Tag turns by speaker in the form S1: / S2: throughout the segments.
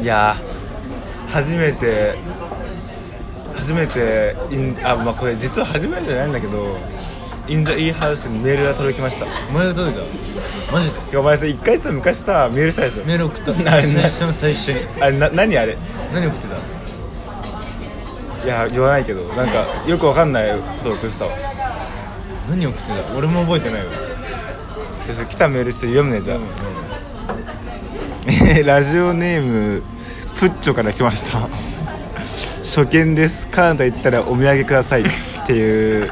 S1: いやー初めて初めてインあまあこれ実は初めてじゃないんだけどインザイーハウスにメールが届きました
S2: お前が届いたマジで
S1: てかお前さ一回さ昔さメールしたでしょ
S2: メール送った
S1: な
S2: 最初の最初に
S1: なあれな何あれ
S2: 何送ってた
S1: いや言わないけどなんかよくわかんないことを送ってたわ
S2: 何送ってた俺も覚えてないわ
S1: じゃあそれ来たメールちょっと読むねじゃあ、
S2: うんうん
S1: えー ラジオネームプッチョから来ました 初見ですカナダ行ったらお土産くださいっていう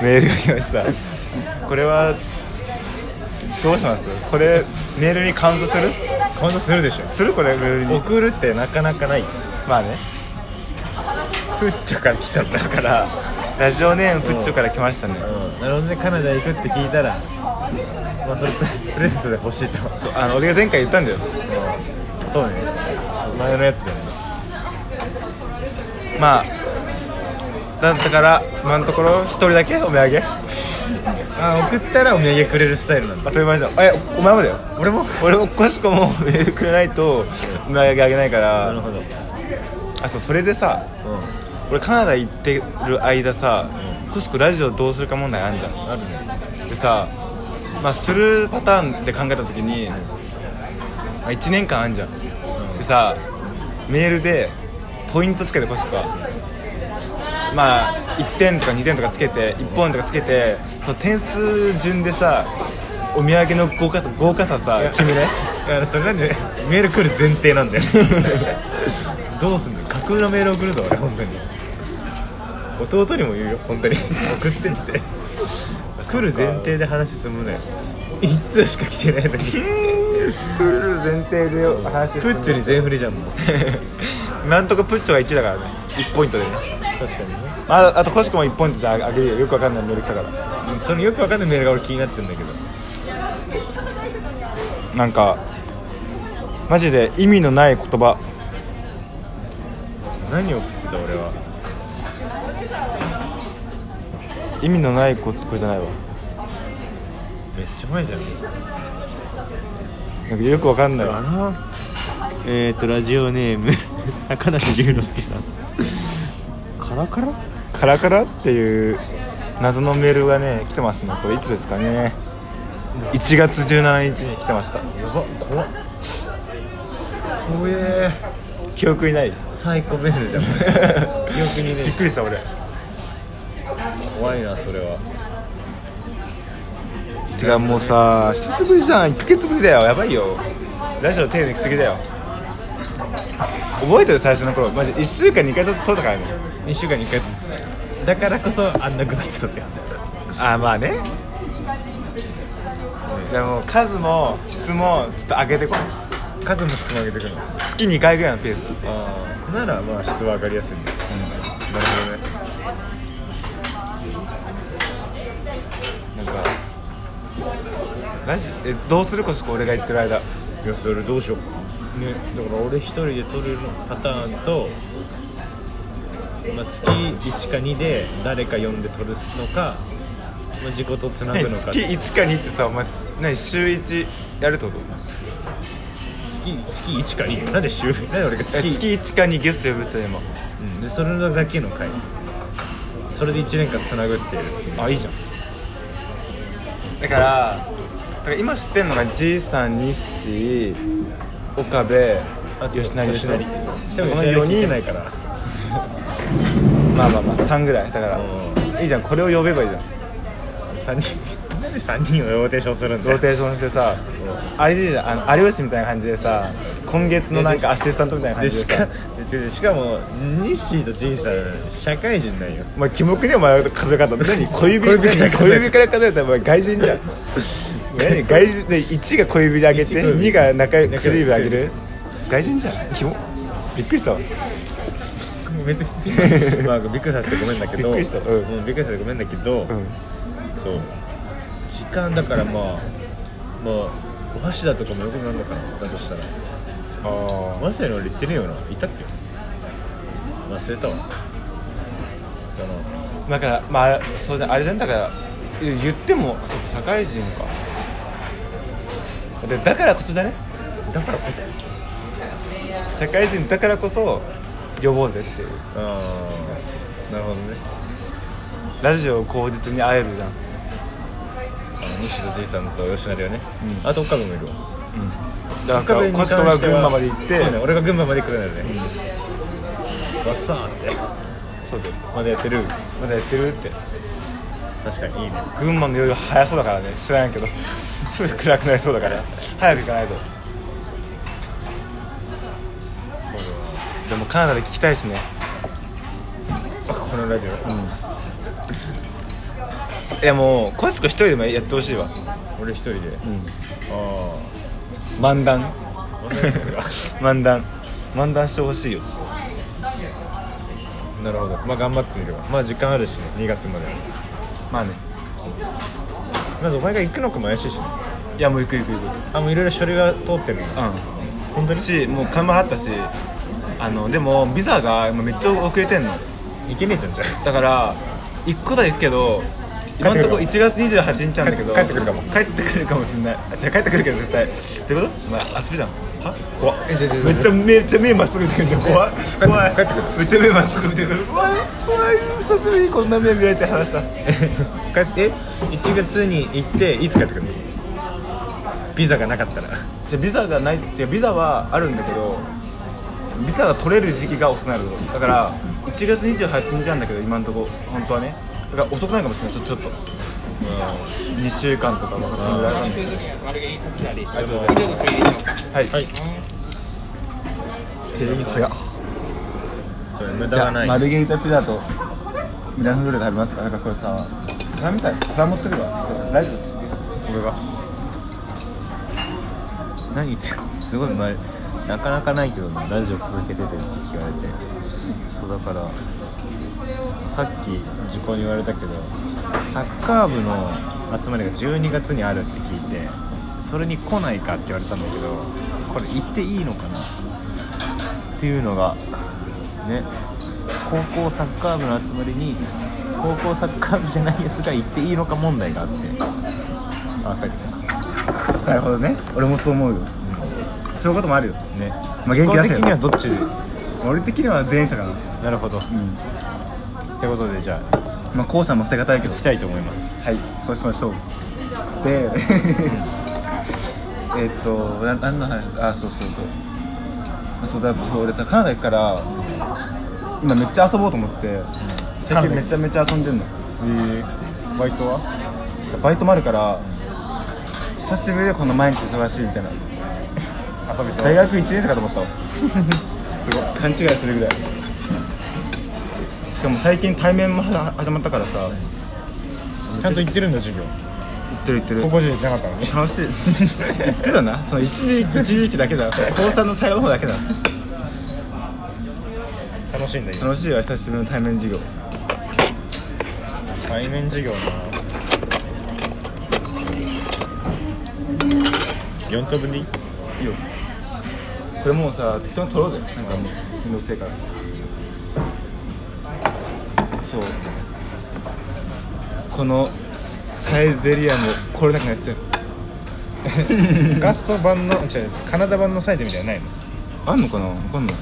S1: メールが来ましたこれはどうしますこれメールにカウントする
S2: カウントするでしょ
S1: するこれメールに
S2: 送るってなかなかない
S1: まあね
S2: プッチョから来たんだ
S1: だからラジオネームプッチョから来ましたね
S2: うんなるほどねカナダ行くって聞いたら、まあ、それプレゼントで欲しいと思う
S1: そうあの俺が前回言ったんだよ
S2: うんそうね前のやつだよね
S1: まあだだから今のところ一人だけお土産
S2: あ送ったらお土産くれるスタイルなんだ
S1: 当たり前じゃんえお前までよ
S2: 俺も
S1: 俺もコシコもメールくれないとお土産あげないか
S2: なる
S1: ら
S2: ほど、うん、
S1: あそうそれでさ俺カナダ行ってる間さコシコラジオどうするか問題あんじゃん
S2: あるね
S1: でさまあするパターンで考えた時に、まあ、1年間あんじゃんでさメールでポイントつけてコシコはまあ1点とか2点とかつけて1本とかつけてその点数順でさお土産の豪華さ豪華ささ決めね
S2: だからそれなんでメール来る前提なんだよどうすんの架空のメール送るぞ俺本当に弟にも言うよ本当に送ってって来る前提で話進むなよ一通しか来てないのに
S1: プール前提で話
S2: プッチョに全振りじゃんもう
S1: 今んとこプッチョが1だからね1ポイントでね
S2: 確かにね
S1: ああとコシコも1ポイントであげるよよくわかんないメール来たから
S2: うんそのよくわかんないメールが俺気になってんだけど
S1: なんかマジで意味のない言葉
S2: 何送ってた俺は
S1: 意味のないここれじゃないわ
S2: めっちゃ前じゃん
S1: なんかよくわかんない
S2: えっ、ー、とラジオネーム高梨龍之介さんカラカラ
S1: カラカラっていう謎のメールがね来てますねこれいつですかね1月17日に来てました
S2: やば怖っ怖え
S1: 記憶にない
S2: サイコメールじゃん記憶にね
S1: びっくりした俺
S2: 怖いなそれは
S1: てかもうさ久しぶりじゃん1ヶ月ぶりだよやばいよラジオ手抜きすぎだよ覚えてる最初の頃マジ1週間2回と撮ったからね
S2: 2週間に1回ずつだからこそあんなぐだってたんだよ
S1: ああまあねでも数も質もちょっと上げてこう
S2: 数も質問上げてくるの
S1: 月2回ぐらいのペース
S2: ああならまあ質は上がりやすい、ねなるほどね
S1: なんかラジえどうするこしこ俺が言ってる間
S2: いやそれどうしようかねだから俺一人で撮るパターンと、まあ、月1か2で誰か呼んで撮るのか、まあ、自己とつなぐ
S1: ね
S2: のか
S1: 月1か2ってさお前何週1やるってこと
S2: 月月1か2なんで週なんで俺が
S1: え
S2: 月
S1: 月1か2ゲスト呼ぶっつったよ今
S2: うん、でそれだけの回それで1年間つなぐっていう
S1: あいいじゃんだからだから今知ってんのがじいさん西岡部
S2: あと
S1: 吉成
S2: 吉
S1: 吉
S2: 成
S1: 成
S2: でも
S1: こ
S2: こ
S1: の
S2: の
S1: 4
S2: 4人いない
S1: 人
S2: から
S1: まあまあまあ3ぐらいだか
S2: う
S1: らいいじゃんこれを呼べばいいじゃん
S2: 3人なんで3人をローテーションするんだ
S1: ロ
S2: よ
S1: ーテーションしてさあれじゃんあの有吉みたいな感じでさ今月のなんかアシスタントみたいな感
S2: で
S1: じ
S2: し
S1: で
S2: か
S1: さ
S2: で違うしかもニッシーとジンさん社会人なんよ
S1: お前キモくねお前数え方何小指
S2: 小指から
S1: 何
S2: 数
S1: 小
S2: え
S1: 指から数えたらお前外人じゃん何外人で1が小指で上げて
S2: 一小指
S1: 2が中
S2: 中
S1: 薬指で上げる外人じゃんキモびっくりしたわ
S2: 別 にまあびっくりさせてごめんだけど
S1: びっくりしたうん
S2: もうびっくりさせてごめんだけど、
S1: うん
S2: そう時間だからまあまあお箸だとかもよくなるのかなだとしたら
S1: あ
S2: マジで俺言ってねえよないたっけ忘れたわだな
S1: あだからまあそうじゃんあれじゃんだから言ってもそう社会人かでだからこそだね
S2: だからこそ
S1: 社会人だからこそ呼ぼうぜっていう
S2: ああなるほどね
S1: ラジオを口実に会えるじゃん
S2: あの西田じいさんと吉成はね、
S1: うん
S2: あと岡部もいるわ
S1: だからコシコが群馬まで行って
S2: そうね俺が群馬まで行くようになるね、わっさーって
S1: そうだよ
S2: まだやってる
S1: まだやってるって
S2: 確かにいいね
S1: 群馬の夜早そうだからね知らんけどすぐ暗くなりそうだから早く行かないとでもカナダで聞きたいしね
S2: あこのラジオ、
S1: いやもうコシコ一人でもやってほしいわ、
S2: 俺一人で、あ
S1: 漫談
S2: あ俺が
S1: 漫談漫談してほしいよ
S2: なるほどまあ頑張ってみるわまあ時間あるしね2月まで
S1: まあね
S2: まずお前が行くのかも怪しいしね
S1: いやもう行く行く行く
S2: あもういろいろ書類が通ってるの
S1: う
S2: 本当に
S1: しもう金も払ったしあのでもビザが今めっちゃ遅れてんの
S2: いけねえじゃんじゃ
S1: だから行くことは行くけど今のところ
S2: 帰っ
S1: 1月28日なんだけど
S2: 帰ってくるかも
S1: 帰ってくるかもしれないあじゃあ帰ってくるけど絶対ってことお前遊びじゃんは
S2: あ怖っえじゃじ
S1: めっちゃめっちゃ目まっすぐ見てるじゃん怖い
S2: 帰ってくる
S1: 怖い
S2: 帰ってくる
S1: めっちゃ目まっすぐ見てる怖い怖い久しぶりにこんな目見られて話した
S2: 帰って1月に行っていつ帰ってくるのビザがなかったら
S1: じゃあビザがないじゃあビザはあるんだけどビザが取れる時期が遅くなるだから1月28日なんだけど今のとこ本当はねだから遅くないかもしれないちょちょっと2週間とかはそのぐらいなんではい、
S2: はい
S1: 手に早っ
S2: それ無
S1: じ
S2: 駄
S1: ゃ
S2: が
S1: あ
S2: ない
S1: マルゲリータピザとミラノフード食べますかなんかこれさ皿みたい皿持ってくるわそうラジオです
S2: 俺が何言ってんのすごいまなかなかないけどねラジオ続けててって聞かれてそうだからさっき受講に言われたけどサッカー部の集まりが12月にあるって聞いてそれに来ないかって言われたんだけどこれ行っていいのかなっていうのがね高校サッカー部の集まりに高校サッカー部じゃないやつが行っていいのか問題があってあ帰ってきた
S1: なるほどね俺もそう思うよそういうこともあるよ
S2: ね、
S1: まあ元気出せよ
S2: 思考的にはどっち
S1: 俺的には全員したかな
S2: なるほどっ
S1: うん
S2: てことでじゃあ
S1: まあ後者も捨てがたいけど
S2: 行きたいと思います
S1: はい、そうしましょう。で、 えっと、な何の話、あ、そうそうそう。そうだ、そう俺さ、カナダ行くから、今めっちゃ遊ぼうと思って、
S2: カナ
S1: 最近め
S2: ダ
S1: ちゃめちゃ遊んでんの。
S2: え
S1: バイトはバイトもあるから、久しぶりでこの毎日忙しいみたいな。
S2: ー、遊びと
S1: 大学1年生かと 思ったわ。すごい、勘違いするぐらい。しかも最近対面もは始まったからさ、
S2: ちゃんと行ってるんだ授業
S1: 行ってる行ってる
S2: 高校時代行ってなかったのね
S1: 楽しい言ってたなその一時一時期だけだ高3の最後の方だけだ
S2: 楽しいんだ今
S1: 楽しいわ久しぶりの対面授業
S2: 対面授業な4等分でいい
S1: いいよこれもうさ適当に取ろうぜなんかもう面倒くせえからそうこのサイゼリアも来れなくなっちゃう
S2: ガスト版の違うカナダ版のサイズみたいなのないの
S1: あんのかなわかんない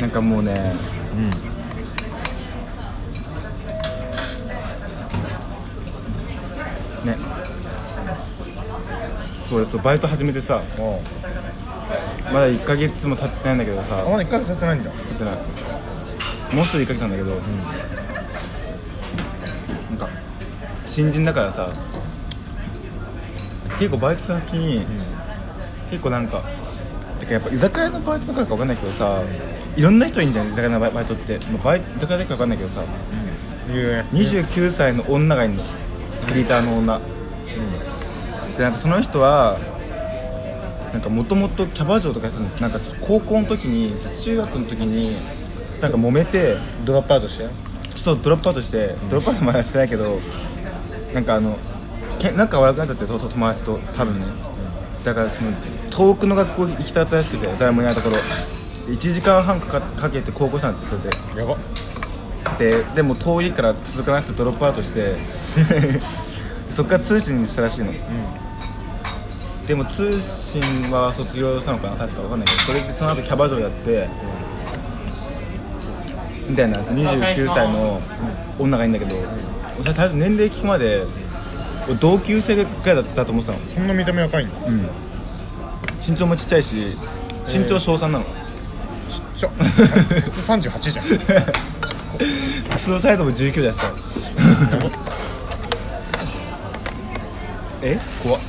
S1: なんかもうね
S2: うん
S1: ねそう俺そうバイト始めてさ
S2: おう
S1: まだ1ヶ月も経ってないんだけど
S2: あ
S1: さ
S2: まだ1ヶ月経ってないんだ
S1: 経ってないもうすぐ1ヶ月なんだけど、なんか新人だからさ結構バイト先に、結構なんかてかやっぱ居酒屋のバイトだからかわかんないけどさいろんな人いんじゃん居酒屋のバイバイトって、まあ、バイ居酒屋だからわかんないけどさ
S2: 言うね
S1: 29歳の女がいるのフリーターの女、でなんかその人はなんかもともとキャバ嬢とかしたのなんか高校の時に中学の時になんか揉めて
S2: ドロップアウトして
S1: ちょっとドロップアウトして、ドロップアウトまだしてないけどなんかあのけ仲悪くなっちゃってとと友達と多分ね、だからその遠くの学校行きたったらしくて誰もいないところ1時間半かかかけて高校したんですよそれで
S2: やば
S1: ででも遠いから続かなくてドロップアウトして そっから通信にしたらしいの
S3: う
S1: でも通信は卒業したのかな確かわかんないけどそれでその後キャバ嬢やってみたいな29歳の女がいいんだけど俺最初年齢聞くまで俺同級生ぐらいだったと思ってたの
S3: ん、そんな見た目若いんだ
S1: うん身長もちっちゃいし身長小3なの、
S3: ちっち ゃ38じゃん
S1: 靴のサイズも19だしさ え怖っ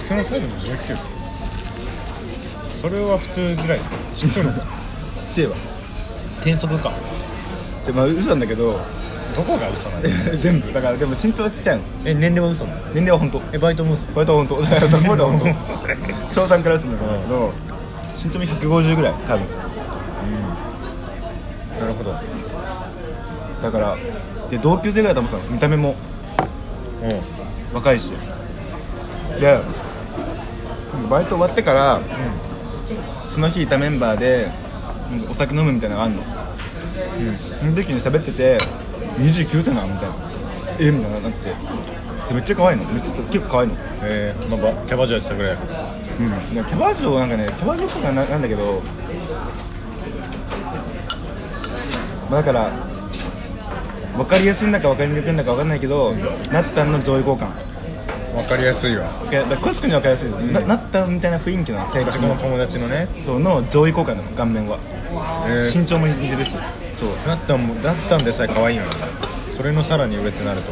S3: 普通のサイズも19それは普通ぐらいちっちゃいの
S1: ちっちゃいわ
S3: 転職か
S1: じゃまあ嘘なんだけど
S3: どこが嘘なの
S1: 全部だからでも身長はちっちゃいの
S3: え年齢は嘘なの
S1: 年齢は本当
S3: えバイトも嘘
S1: バイトは本当だからバイトは本 当小3から嘘なんだけど身長も150ぐらい多分
S3: なるほど
S1: だからで同級生ぐらいだと思ったの見た目も
S3: うん
S1: 若いしでバイト終わってから、その日いたメンバーでなんかお酒飲むみたいなのがあんの、その時に喋ってて29歳なのみたいなえみたいななってでめっちゃ可愛いのめっちゃ結構可愛いの
S3: えー、まあばキャバ嬢やってたぐらい
S1: うん、でキャバ嬢なんかねキャバ嬢とかななんだけど、まあ、だから分かりやすいんだか分かりにくいんだか分かんないけどなったんの上位互換
S3: わかりやすいわ
S1: いやだからコシ君に分かりやすいじゃん、ななったんみたいな雰囲気の性格
S3: 自分の
S1: の
S3: 友達のね、
S1: そうの上位互換なの顔面は、
S3: え
S1: 身長も似てるしそう
S3: なったんもなったんでさえ可愛いのにそれのさらに上ってなると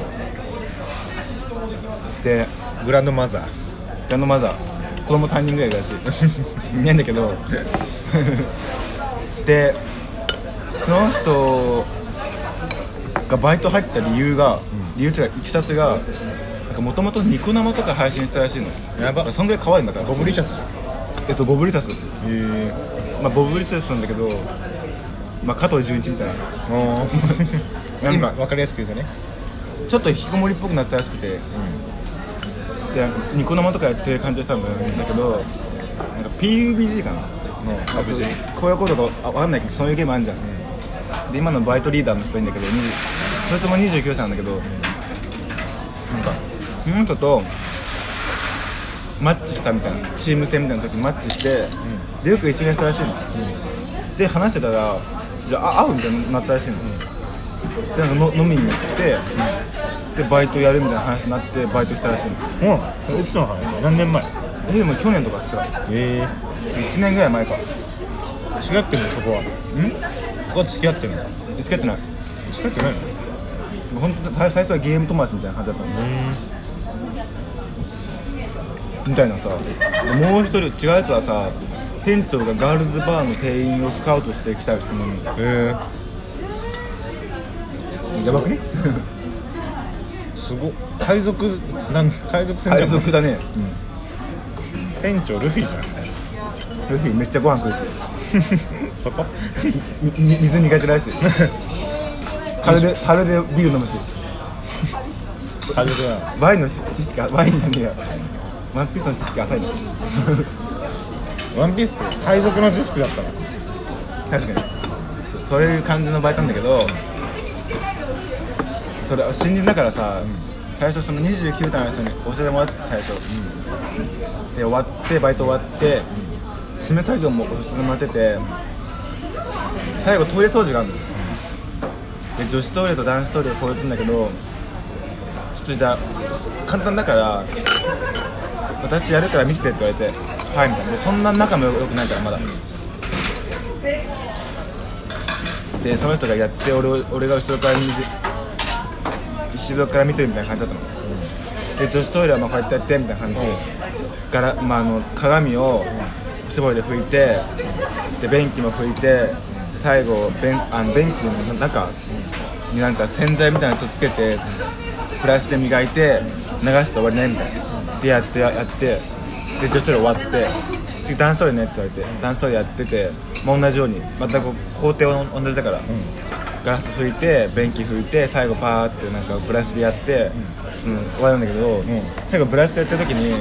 S1: で
S3: グランドマザー
S1: ガンドマザー子供3人ぐらいだしいないんだけどでその人がバイト入った理由が、理由っていうかいきさつがもともとニコ生とか配信したらしいの
S3: や
S1: だからそんぐらい可愛いんだから
S3: ボブリシ
S1: ャ
S3: ャツじゃん
S1: えっとボブリシャス、
S3: え
S1: まあ、ボブリシャスなんだけど、まあ、加藤純一みたいな
S3: ー、今わかりやすく言うとね
S1: ちょっと引きこもりっぽくなったらしくて、でなんかニコ生とかやってる感じがしたんだけど、なんか PUBG かな、あそうこういうことがあわかんないけどそういうゲームあるじゃん、で今のバイトリーダーの人いいんだけど20そいつも29歳なんだけど、なんかその人とマッチしたみたいなチーム戦みたいな時にマッチして、でよく一緒にしたらしいの、で話してたらじゃああ会うみたいになったらしいの、でなんかの飲みに行って、でバイトやるみたいな話になってバイトしたらしいの
S3: うんいつの話何年前
S1: えでも去年とかってさ
S3: え
S1: 1年ぐらい前かん
S3: え付き合ってるのそこはそこは付き合ってるの
S1: 付き合ってない
S3: 付き合ってないの
S1: 本当最初はゲーム友達みたいな感じだったの
S3: うん
S1: みたいなさもう一人違うやつはさ店長がガールズバーの店員をスカウトしてきた人もいるんだ
S3: え
S1: やばくね
S3: ー、すごっ海賊なん海賊船じゃ
S1: 海
S3: ん
S1: 賊だね
S3: 店長ルフィじゃん
S1: ルフィめっちゃご飯食うし
S3: そこ
S1: みみ水苦手らしい樽で樽でビール飲むし
S3: 海賊だな
S1: ワインのし知識がワインじゃねえやワンピースの知識が浅いの
S3: ワンピースって海賊の知識だったの
S1: 確かにそそういう感じのバイトなんだけどそれ新人だからさ、最初その29歳の人に教えてもらってた最初、で終わってバイト終わって、締め作業も教えてもらってて、最後トイレ掃除があるの、で女子トイレと男子トイレを掃除するんだけどちょっとじゃあ簡単だから私やるから見ててって言われてはいみたいなでそんな仲も良くないからまだ、でその人がやって俺を俺が後ろから見て後ろから見てるみたいな感じだったの、で女子トイレはまあこうやってやってみたいな感じで、ガラまあ、あの鏡をおしぼりで拭いてで便器も拭いてで最後便あの便器の中になんか洗剤みたいなやつをつけてブラシで磨いて流して終わりねみたいなでやってやってで女子トイレ終わって次男子トイレねって言われて男子トイレやってて、まあ、同じようにまたこう工程は同じだから、ガラス拭いて便器拭いて最後パーってなんかブラシでやって、その終わりなんだけど、
S3: ん
S1: 最後ブラシでやった時に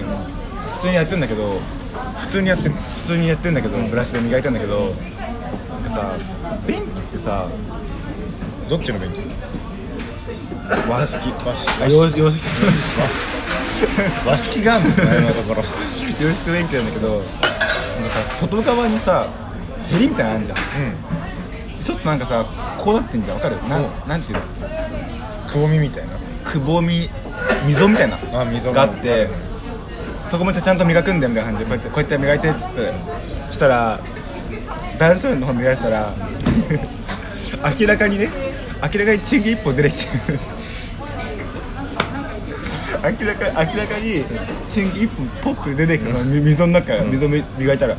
S1: 普通にやってんだけど
S3: 普通にやってんの
S1: 普通にやってんだけど、ブラシで磨いたんだけどなんかさ便器ってさ
S3: どっちの勉強
S1: 和式
S3: 和式
S1: あ洋式洋式
S2: 和式ガンって前の ところ
S1: よろしくねって言うんだけどなんかさ外側にさヘリみたいなのあるじゃん
S2: うん
S1: ちょっとなんかさこうなってんじゃんわかるな
S2: うん
S1: なんていうの
S2: くぼみみたいな
S1: くぼみ溝みたいな
S2: あ溝
S1: があってそこもちゃんと磨くんだよみたいな感じでこうやってこうやって磨いてっつってそしたら男子トイレの方磨いてたら 明らかにね明らかにチンゲ一本出てきてる明らか明らかにチンゲ一本ポッと出てきたのみ溝の中から溝み磨いたら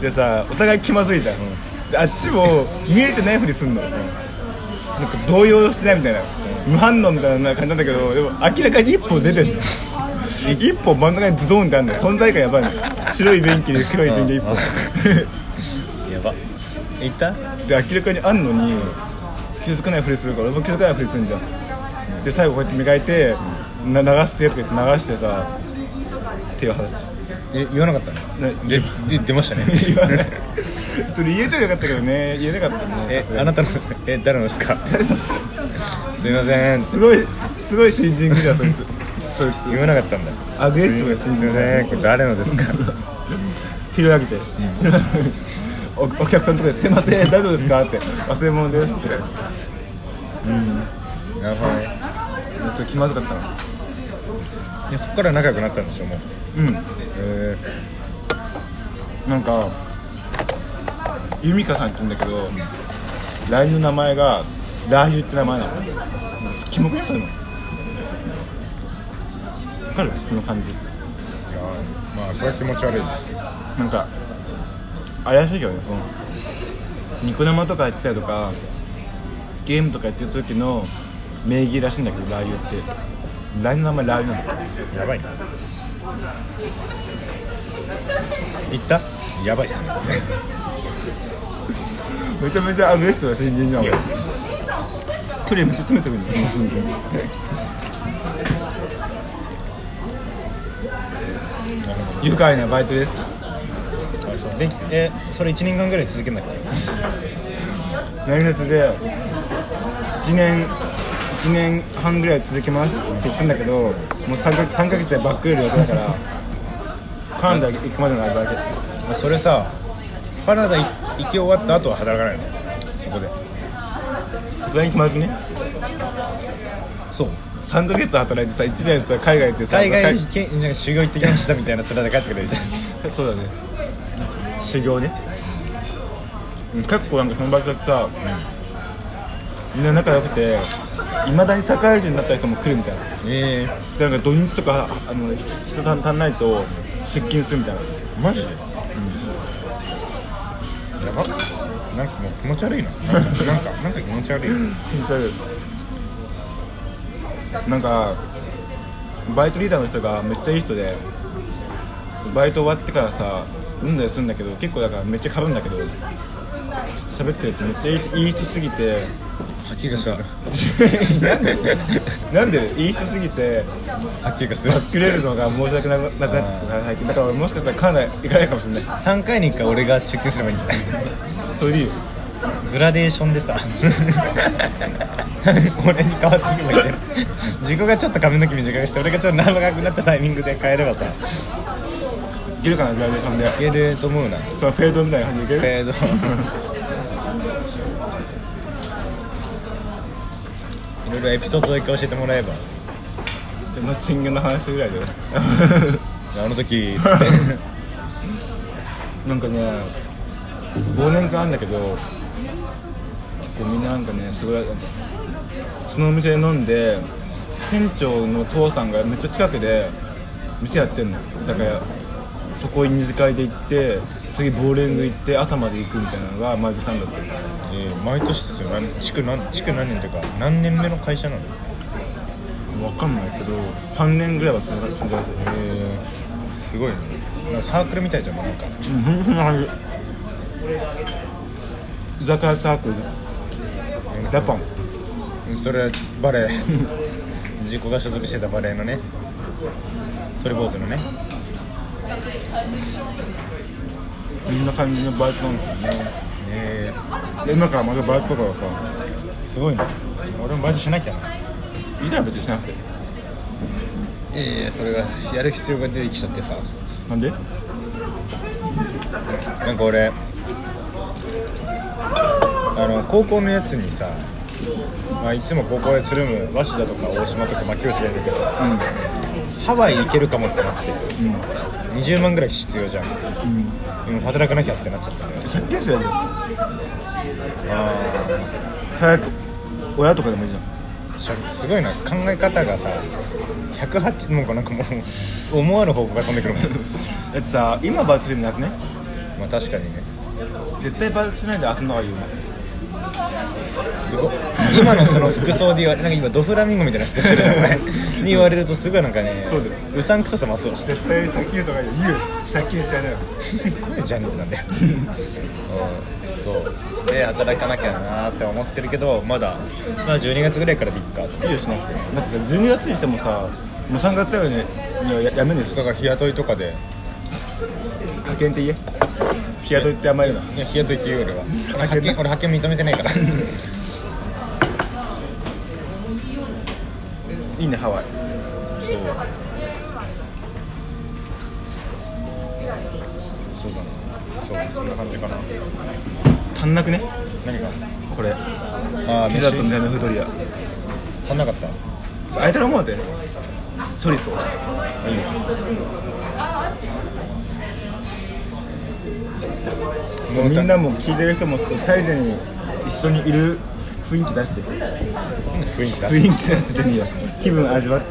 S1: でさお互い気まずいじゃん、であっちも見えてないふりすんの、なんか動揺してないみたいな、無反応みたいな感じなんだけどでも明らかに一歩出てる一歩真ん中にズドンってあるのよ存在感やばいのよ白い便器に黒い順で一
S2: う
S1: 歩
S2: んやばいった
S1: で明らかにあんのに気づかないふりするから俺も気づかないふりするじゃんで最後こうやって磨いてな流してとか言って流してさっていう話
S2: え言わなかったの
S1: な
S2: でで出ましたね
S1: 言わない それ言えたらよかったけどね言えなかったね
S2: えあなたのえ誰のですかすいません
S1: すごいすごい新人じゃんそいつそいつ
S2: 言わなかったんだ
S1: アグレッシブな新人だね
S2: ねこれ誰の ですか
S1: 広げて、 おお客さんとかですいません大丈夫ですか?」って「忘れ物です」って
S2: やばい
S1: めっちゃ気まずかったない
S2: やそこから仲良くなったんでしょもう
S1: うん
S2: え
S1: なんか由美香さんって言うんだけど LINE の名前がラー油って名前なのキモくないそういうのわかるこの感じ
S2: ーいやまあそれは気持ち悪いな
S1: なんかあれらしいけどねそのニコ生とかやってたりとかゲームとかやってる時の名義らしいんだけどラー油って LINE の名前ラー油なの
S2: やばいな行ったやばいっすね
S1: めちゃめちゃアグレッシブな新人じゃん俺距離めっちゃ詰めてくるんだよその新人愉快なバイトです
S2: あそうできえそれ1年間ぐらい続けんだっけ
S1: 何月で1年1年半ぐらい続けますって言ったんだけどもう3か三ヶ月でバックレる予定だからカナダ行くまでの間だけ
S2: それさカナダい行き終わった後は働かないのそこで
S1: さすがに決まずね
S2: そう
S1: 3か月働いてさ1年さ海外行ってさ
S2: 海外
S1: か
S2: けなんか修行行ってきましたみたいな面で帰ってくれるじ ゃ
S1: そうだね修行ねうん結構なんかその場所ってさ、みんな仲良くていまだに社会人になった人も来るみたいなん
S2: ええ
S1: でなんか土日とかあの人た足んないと出勤するみたいな
S2: マジで、やばなんかもう気持ち悪いななんかなんかなんか気持ち悪い
S1: 気持ち悪いなんかバイトリーダーの人がめっちゃいい人でそうバイト終わってからさ飲んだりするんだけど結構だからめっちゃかぶんだけどちょっと喋ってるとめっちゃいい人いい人すぎて
S2: 吐き気がする
S1: なんでなんでいい人すぎて
S2: 吐き気がする
S1: バックレるのが申し訳なくなくなってきた最近だから俺もしかしたらカナダ行かないかもしれない
S2: 3回に1回俺が出勤すればいいんじゃない
S1: それでいいよ
S2: グラデーションでさ 俺に変わっていけばいいんじゃない自己がちょっと髪の毛短くして俺がちょっと長くなったタイミングで変えればさい
S1: いけるかなグラデーションで
S2: けると思うな
S1: そのフェードみたいな感じでいける
S2: えーといろいろエピソードだけ教えても らえば
S1: でマッチングの話ぐらいで
S2: あの時つって
S1: なんかね忘年会あるんだけど結構みんななんかねすごいなんかそのお店で飲んで店長の父さんがめっちゃ近くで店やってんのだからそこに二次会で行って次ボーリング行って朝まで行くみたいなのが毎さんだった
S2: えー毎年ですよ何築何築何年というか何年目の会社なの
S1: 分かんないけど3年ぐらいはそんな感じだった
S2: えすごいねなんかサークルみたいじゃんなんか
S1: うんほんとそんな感じ居酒屋サークルジャパン
S2: それはバレー 自己が所属してたバレーのねトリボーズのね
S1: みんな感じのバイトなんですよね
S2: えー
S1: で今からまたバイトとかはさ
S2: すごいね俺もバイトしなきゃない
S1: いじゃん別にしなくて
S2: いやいやそれがやる必要が出てきちゃってさ
S1: なんで
S2: なんか俺あの高校のやつにさ、まあ、いつも高校でつるむ鷲田とか大島とか牧内がいるけどハワイ行けるかもってなって20万ぐらい必要じゃんでも働かなきゃってなっちゃったんだよ
S1: 借金するや
S2: あ
S1: つさやと親とかでもいいじゃん
S2: あすごいな考え方がさ108もうなんかもう思わぬ方向が飛ん でくるもん
S1: だってさ今バイトするのやつね
S2: まあ確かにね
S1: 絶対バイトしないで遊んだ方がいいよ
S2: すごっ今のその服装で言われなんか今ドフラミンゴみたいな服してるよねに言われるとすごいなんかね
S1: そうだよ
S2: うさんくささ増すわ
S1: 絶対借金した方がいいよ言う借金しちゃいなよ
S2: なんでジャニーズなんだようんそうで働かなきゃなーって思ってるけどまだまあ12月ぐらいからでいっか
S1: いいよしなくてだってさ12月にしてもさもう3月ぐらいにはややめんでしょ
S2: だから日雇いとかで
S1: 派遣って言え日雇いってあんまり言うない
S2: や日雇いって言うよ俺は俺派遣俺派遣認めてないから
S1: いいねハワイ
S2: そうだなそうそんな感じかな
S1: 足んなくね
S2: 何が
S1: これ
S2: ああ
S1: ピ
S2: 飯
S1: ザと南のフードリア
S2: 足んなかった
S1: そうあいたら思うぜチョリソ
S2: いいよ
S1: もうみんなも聞いてる人もちょっとサイゼに一緒にいる雰囲気出して
S2: 雰囲気出す
S1: 雰囲気出してみよう気分味わって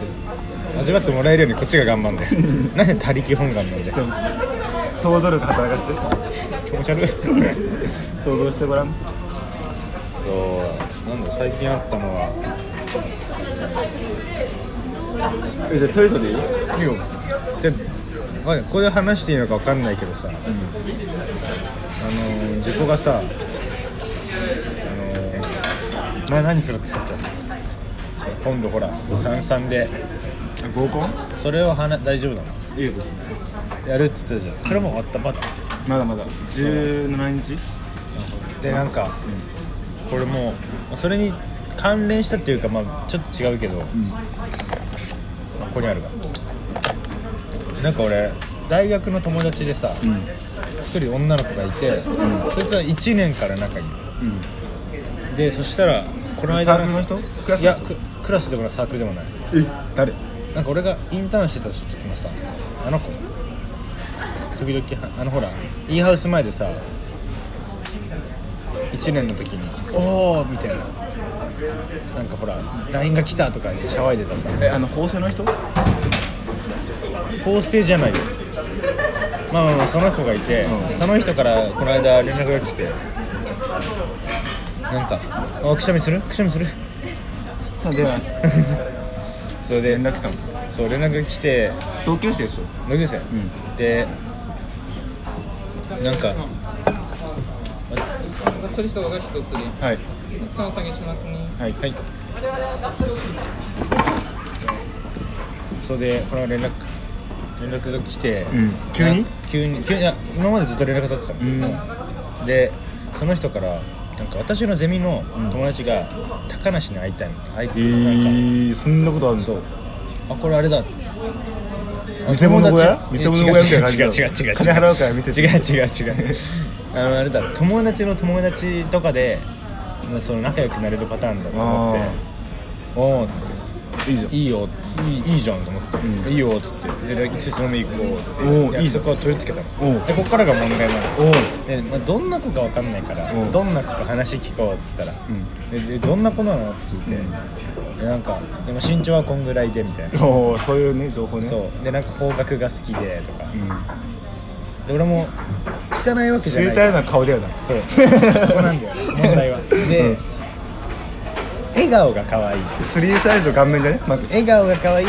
S2: 味わってもらえるようにこっちが頑張 んだよなんで他力本願なんだ
S1: ち
S2: よ
S1: ょっと想像力働かせ
S2: 気持ち 悪いそう
S1: て想像してごらん
S2: なんだろう最近あったのは
S1: えじゃあチョリソでいい
S2: いいよであこれ話していいのか分かんないけどさ、あのー事故がさ、あのー前何するって言ってたっけ今度ほら三三で
S1: 合コン
S2: それをはな大丈夫なの
S1: いいよ
S2: やるって言ってたじゃんそれも終わったまだ
S1: まだまだ17日
S2: でなんか、これもうそれに関連したっていうかまあちょっと違うけど、あここにあるがなんか俺大学の友達でさ、一人女の子がいて、そいつは1年から仲いいの、でそしたらこの間
S1: サークルの人クラスの人
S2: いやククラスでもないサークルでもない
S1: え誰
S2: なんか俺がインターンしてた時もさあの子時々はあのほら E ハウス前でさ1年の時に「おお!」みたいななんかほら LINE が来たとかで騒いでたさ
S1: えあの法制の人
S2: 法制じゃないよまあまあまあその子がいて、その人からこの間連絡が来てなんか「あくしゃみするくしゃみする?」
S1: さでは
S2: それで連絡
S1: 来たの
S2: そう連絡が来て
S1: 同級生でしょ
S2: 同級生、でなんか
S4: 取り人が一つで
S1: はい
S4: お下げしますね
S2: はい、はい、それでこの連絡連絡が来て、
S1: ん急に
S2: な急に急にいや今までずっと連絡取ってたの、でその人からなんか私のゼミの友達が高梨に会いたいみたいな,、
S1: え
S2: なんか
S1: ー、そんなことある
S2: そうあこれあれだ
S1: 見せ物小屋
S2: 見
S1: 見
S2: せ
S1: せ
S2: 物
S1: 物
S2: 小
S1: 小
S2: 屋
S1: 屋
S2: み
S1: みた
S2: たい
S1: いな感じ
S2: な感じだ
S1: だ
S2: ろ
S1: ろ金払う
S2: 金払うか
S1: からら
S2: 見
S1: 見
S2: て
S1: て
S2: 違う違う違うあのあれだ友達の友達とかでその仲良くなれるパターンだと思っておおー
S1: いいじゃん
S2: いいよいいいいじゃんと思って、いいよっつってで一つ飲み行こうって
S1: おーいい
S2: 約
S1: じゃん
S2: 束を取り付けた
S1: お
S2: の
S1: う
S2: でここからが問題なの
S1: おお
S2: で、まあ、どんな子かわかんないから
S1: うん
S2: どんな子か話聞こうっつったら、ででどんな子なのって聞いて、でなんかでも身長はこんぐらいでみたい な、
S1: おおそういうね情報ね
S2: そうでなんか方角が好きでとか、
S1: ん
S2: で俺も聞かないわけじゃ
S1: 知
S2: な
S1: り
S2: い
S1: たいような顔だよな
S2: そうそこなんだ よね問題はで、笑顔が可愛い
S1: 3サイズの顔面じゃねまず
S2: 笑顔が可愛い、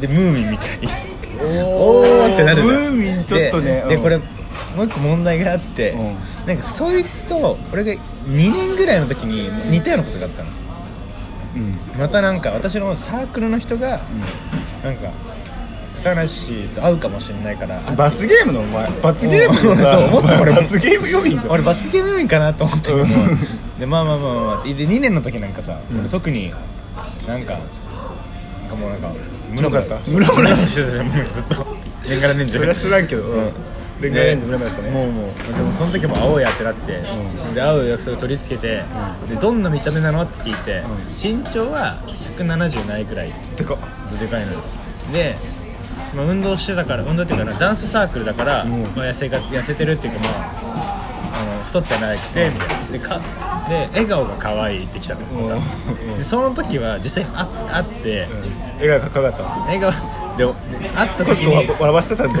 S2: でムーミンみたい
S1: おー
S2: おーってなるじゃん
S1: ムーミンちょっとね
S2: で,で、
S1: うん
S2: これもう一個問題があって、
S1: ん
S2: なんかそいつと俺が2年ぐらいの時に似たようなことがあったの
S1: うん
S2: またなんか私のサークルの人が、なんか高梨と会うかもしれないからあ
S1: 罰ゲームのお前罰ゲーム
S2: うん
S1: のさ
S2: そう思
S1: お
S2: った
S1: 前
S2: 俺も
S1: 罰ゲーム要員じゃん
S2: 俺罰ゲーム要員かなと思ったけど、
S1: うん
S2: でまあまあまあまあで2年の時なんかさ、俺特になんかなんかもうなんか
S1: ムラムラやった
S2: ムラムラしてたじゃんもうずっと年がら年中
S1: それは知らんけどうんでガレンジムラムラしたね
S2: もうもうでもその時も青やってなって、で青い約束取り付けて、でどんな見た目なのって聞いて、身長は170ないくらい
S1: てか
S2: どでかいのよで、まあ、運動してたから運動っていうかなダンスサークルだから、
S1: ん
S2: まあ、痩せが痩せてるっていうかまああの太ってなくてみたいなでかで笑顔が可愛いって来たの、またでその時は実際に会会って、
S1: 絵がかっこよかった
S2: 笑顔でで会った
S1: コシ
S2: 時
S1: コ
S2: に
S1: わ笑わしたちゃんと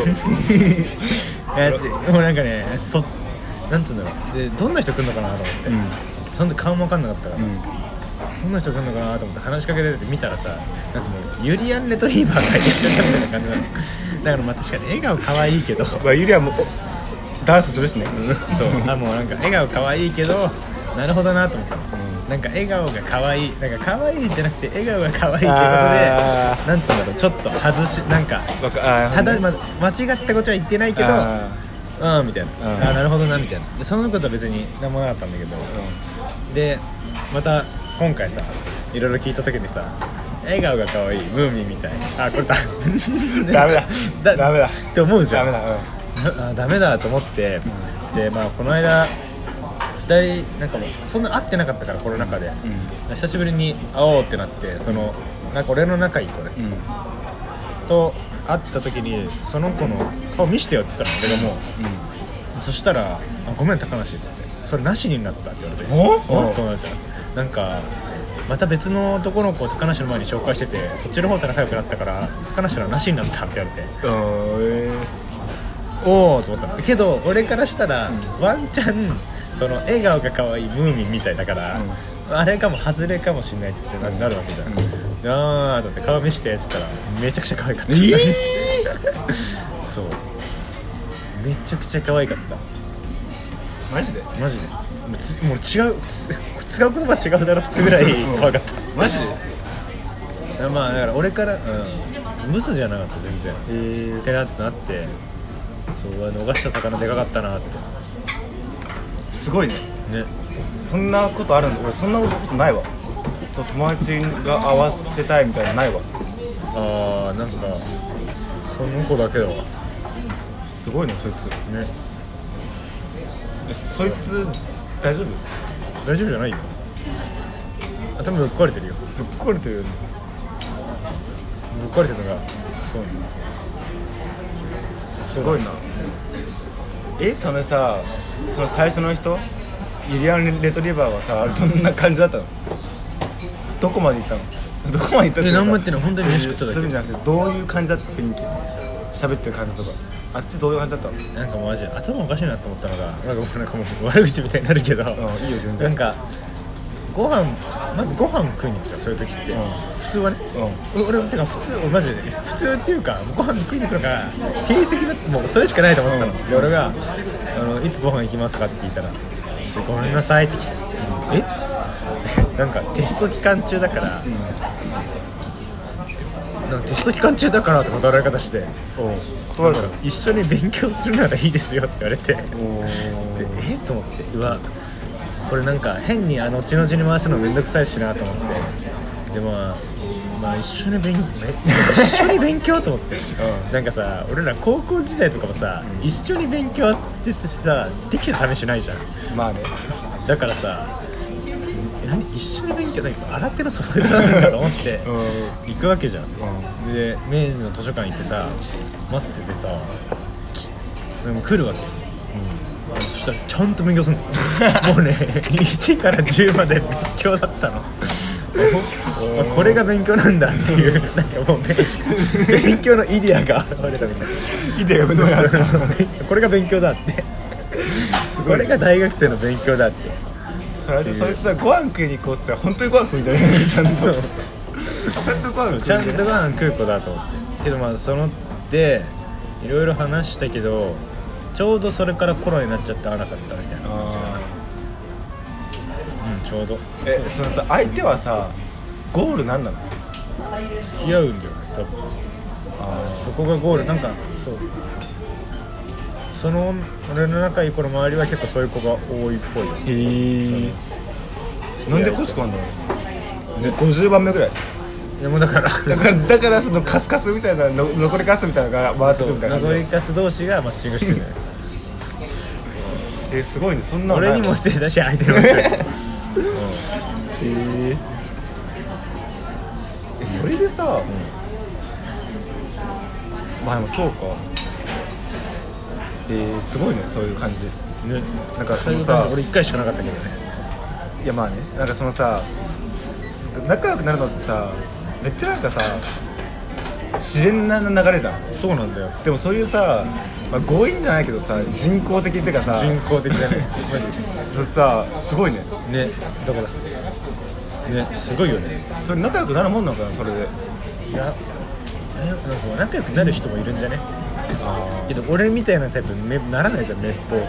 S2: えーってもうなんかねそなんつうんだろうでどんな人来るのかなと思って、その時顔も分かんなかったから、どんな人来るのかなと思って話しかけられて見たらさなんかもうユリアン・レトリーバーが入ってきちゃったみたいな感じなのだからまあ確かに笑顔可愛いけど そう
S1: まあゆりはもうおダンスするしね
S2: あもうなんか笑顔可愛いけどなるほどなと思ったの、なんか笑顔が可愛いなんか可愛いじゃなくて笑顔が可愛いってことで
S1: あ
S2: なんつうんだろうちょっと外しなんか
S1: わかあー
S2: ただ、まあ、間違ったことは言ってないけど
S1: あ
S2: うんみたいな、
S1: うん
S2: ああなるほどなみたいなでそのことは別に何もなかったんだけど、でまた今回さいろいろ聞いた時にさ笑顔が可愛いムーミンみたいあこれだ
S1: ダ メだダメだ
S2: って思うじ
S1: ダ
S2: ゃん
S1: メだうん
S2: あダメだと思って、でまあこの間2人なんかもうそんな会ってなかったからコロナ禍で、久しぶりに会おうってなってそのなんか俺の仲いい子ね、と会った時にその子の顔見してよって言ったの俺がもう、そしたら「あごめん高梨」っつって「それなしになった」って言われて
S1: お
S2: おっ友達なんかまた別の男の子を高梨の前に紹介しててそっちの方と仲良くなったから高梨のはなしになったって言われておおと思ったのけど俺からしたら、ワンチャンその笑顔が可愛いムーミンみたいだから、あれかも外れかもしれないってななるわけじゃん、ああと思って顔見してっつったらめちゃくちゃ可愛かった、 そうめちゃくちゃ可愛かった
S1: マジで
S2: マジでもうつもう違うつ 使う言葉違うだろってぐらい可愛かった
S1: マジで
S2: いやまあだから俺から、うん、ブスじゃなかった全然ってなってなってそううわ逃した魚でかかったなって
S1: すごいね
S2: ね
S1: そんなことあるんだ俺そんなことないわそう友達が合わせたいみたいなのないわ
S2: ああなんかその子だけだわね
S1: すごいねそいつえそいつ大丈夫
S2: 大丈夫じゃないよ頭ぶっ壊れてるよ
S1: ぶっ壊れてるよね
S2: ぶっ壊れてるのがそうなんだ
S1: すごいなえそのさその最初の人ユリアン・レトリバーはさどんな感じだったのどこまで行ったのどこまで行ったっていうか
S2: え何も言ってない本当に飯食っただ
S1: そ
S2: け
S1: ういう意味じゃなくてどういう感じだった雰囲気喋ってる感じとかあっちどういう感じだったの
S2: なんかマジで頭おかしいなと思ったのがなんかもうなんかもう悪口みたいになるけど、
S1: いいよ全然
S2: なんかご飯まずご飯食いに来たそういう時って、
S1: うん
S2: 普通はね、俺俺てか普通俺マジで普通っていうかご飯食いに来るのが定石だってもうそれしかないと思ってたの、で俺があの「いつご飯行きますか?」って聞いたら「ごめんなさい」って来て「え なんかテスト期間中だから、なんかテスト期間中だからって断られ方して
S1: 断 られたの
S2: 一緒に勉強するならいいですよって言われてでえっと思ってうわこれなんか変にあの後々に回すのめんどくさいしなと思ってでまあまあ一緒に勉強一緒に勉強と思って、なんかさ俺ら高校時代とかもさ、一緒に勉強って言ってさできた試しないじゃん
S1: ま あね
S2: だからさえ何一緒に勉強何か新手の注ぎ方なんだと 思って行くわけじゃん、で明治の図書館行ってさ待っててさきでも来るわけ、そしたらちゃんと勉強すんの もうね1から10まで勉強だったのあこれが勉強なんだっていうなんかもうね勉強のイデアが現れたみたいな
S1: イデアが目の前にあった
S2: これが勉強だってこれが大学生の勉強だって
S1: それでそいつはご飯食いに行こうって言ったら本当にご飯食うんじゃないのちゃんとち
S2: そう
S1: ゃんとご飯
S2: ち
S1: 食
S2: ゃ
S1: うん
S2: ん
S1: じゃ
S2: とご飯食う子だと思ってけどまあそのでいろいろ話したけどちょうどそれからコロナになっちゃって会わなかったみたいな感じがうんちょうど
S1: えそのさ相手はさゴール何なの
S2: 付き合うんじゃない多分そこがゴールなんかそうその俺の仲いい子の周りは結構そういう子が多いっぽいよ
S1: へえなんでコチコなんだろうね50番目ぐらい
S2: いやもうだから
S1: だからだからそのカスカスみたいなの残りカスみたいなのが回ってくるみたいな感
S2: 残
S1: じ
S2: りカス同士がマッチングしてるのよ
S1: えーすごいねそんなのない
S2: 俺にもしてたし相手にもしてた
S1: ええそれでさ、まあでもそうかえー、すごいねそういう感じ
S2: ね
S1: なんかそ
S2: そうい
S1: の
S2: う感
S1: さ
S2: じ俺一回しかなかったけどね
S1: いやまあねなんかそのさ仲良くなるのってさめっちゃなんかさ自然な流れじゃん
S2: そうなんだよ
S1: でもそういうさ、まあ、強引じゃないけどさ人工的っていうかさ
S2: 人工的だね
S1: そさすごいね
S2: ねだからすねすごいよね
S1: それ仲良くなるもんなのかなそれで
S2: いやえなんか仲良くなる人もいるんじゃねけど俺みたいなタイプめならないじゃんめっぽう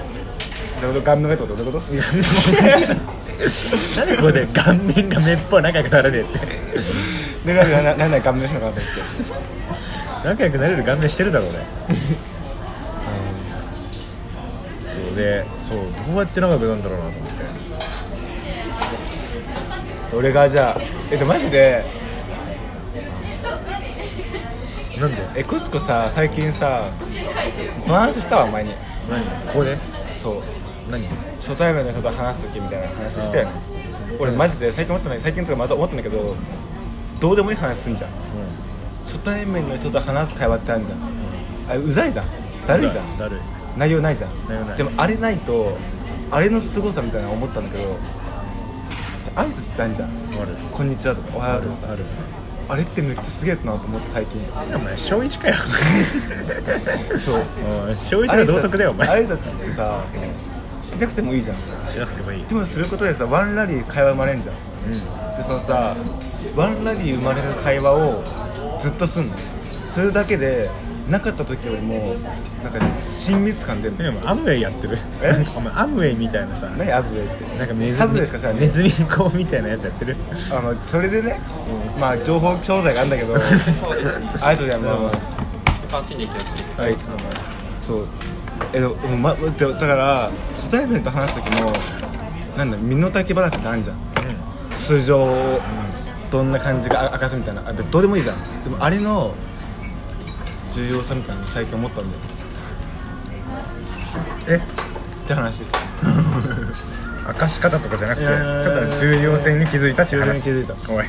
S1: どういうことガンの目ってことどういうこと
S2: いやもうなんでここで顔面がめっぽう仲良くならねえって
S1: 仲 良くならならないガンの人なのかなと思って
S2: 仲良くなれる顔面してるだろうねそうでそうどうやって仲良くなるんだろうなと思って
S1: 俺がじゃあえっとマジで
S2: なんで
S1: えコスコさ最近さこの話したわ前に
S2: 何ここで
S1: そう
S2: 何
S1: 初対面の人と話す時みたいな話して、
S2: あ
S1: 俺マジで最近思ったんだけど最近とかまた思ったんだけどどうでもいい話すんじゃん初対面の人と話す会話ってあるじゃん、あれうざいじゃんだるいじゃん
S2: だるい
S1: 内容ないじゃん
S2: 内容ない
S1: でもあれないとあれの凄さみたいなの思ったんだけど挨拶ってあるじゃん
S2: ある
S1: 「こんにちは」とか「おはよう」
S2: ある
S1: とか
S2: ある
S1: あれってめっちゃすげえなと思って最近
S2: お前小一か よ
S1: そう
S2: おい小一の道徳だよお前
S1: 挨拶ってさしなくてもいいじゃん
S2: しなくてもいい
S1: でもすることでさワンラリー会話生まれんじゃんでそのさワンラリー生まれる会話をずっとすんのそれだけでなかった時よりもなんか親密感出る
S2: で
S1: の
S2: もアムウェイやってる
S1: え
S2: お前アムウェイみたいなさ
S1: 何アブウェイって
S2: なんかネズ
S1: サブウ
S2: ミ
S1: ェイしか知らない
S2: ネズミ講みたいなやつやってる
S1: あのそれでね、まあ情報商材があるんだけ どありがとうございます
S4: パンチに行きます
S1: はいそうえでももうま、だだから初対面と話す時もなんだ身の丈話ってあるじゃん、素性をどんな感じが明かすみたいなあでどうでもいいじゃんでもあれの重要さみたいなの最近思ったんだよえって話
S2: 明かし方とかじゃなくて
S1: いやいやいや
S2: ただ重要性に気づいたって話
S1: 重要性に気づい
S2: おい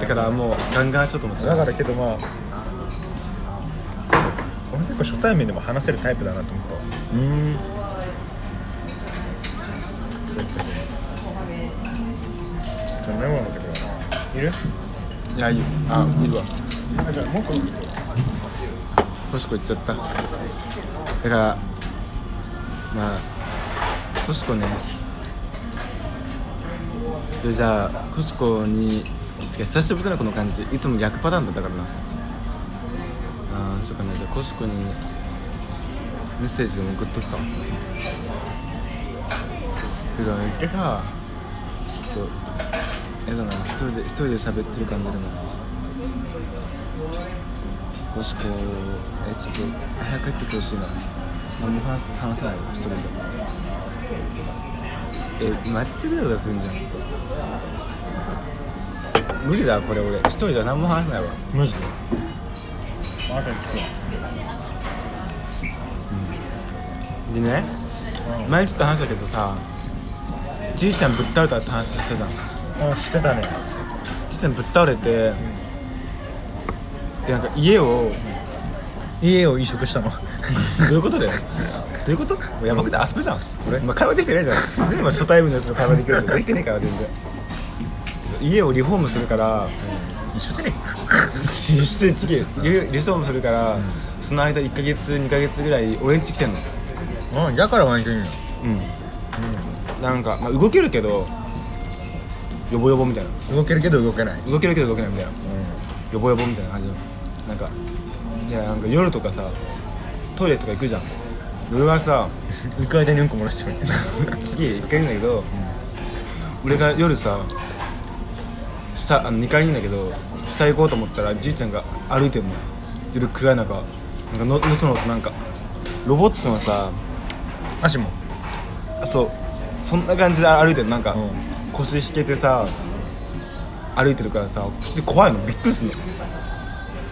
S1: だからもうガンガンしようと思って
S2: だ
S1: た
S2: からけどまあ俺結構初対面でも話せるタイプだなと思ったわ
S1: うん
S2: そんなもんだけどいる
S1: いやいいよあいるわ
S2: あじゃあもう一個
S1: コシコ行っちゃっただからまあコシコねちょっとじゃあコシコにてか久しぶりだなこの感じいつも逆パターンだったからなあーそうかねじゃあコシコにメッセージでも送っとくか普段行けばちょっとえだな一人で一人で喋ってる感じでももしこうえちょっと早く帰ってきてほしいな何も話す話さないよ一人じゃえマッチビデオ出すんじゃん無理だこれ俺一人じゃ何も話さないわ
S2: マジでまさに聞くわ
S1: でね前ちょっと話したけどさじいちゃんぶっ倒れたって話したじゃん
S2: あ知ってたね
S1: じいちゃんぶっ倒れて、でなんか家を
S2: 家を移植したの
S1: どういうことだよどういうこともうやばくて遊ぶじゃん俺今会話できてないじゃん何今初対面のやつと会話できるのできてないから全然家をリフォームするから
S2: 一緒じゃね
S1: 実質一リリフォームするから、その間1ヶ月2ヶ月ぐらい俺ん家来てんの
S2: え かうんだから毎回言う
S1: うん、なんか、まあ、動けるけどヨボヨボみたいな
S2: の動けるけど動けない
S1: 動けるけど動けないみたいな
S2: う
S1: ヨボヨボみたいな感じのなんかいやなんか夜とかさトイレとか行くじゃん俺はさ
S2: ん行く 間にうんこ漏らしちゃう
S1: 家1階いるんだけど、俺が夜さ下あの2階にいるんだけど下行こうと思ったらじいちゃんが歩いてんの夜暗い中なんかののつのつなんかロボットのさ
S2: 足も
S1: あそうそんな感じで歩いてんのなんか、
S2: うん
S1: 腰引けてさ歩いてるからさ普通に怖いのびっくりするの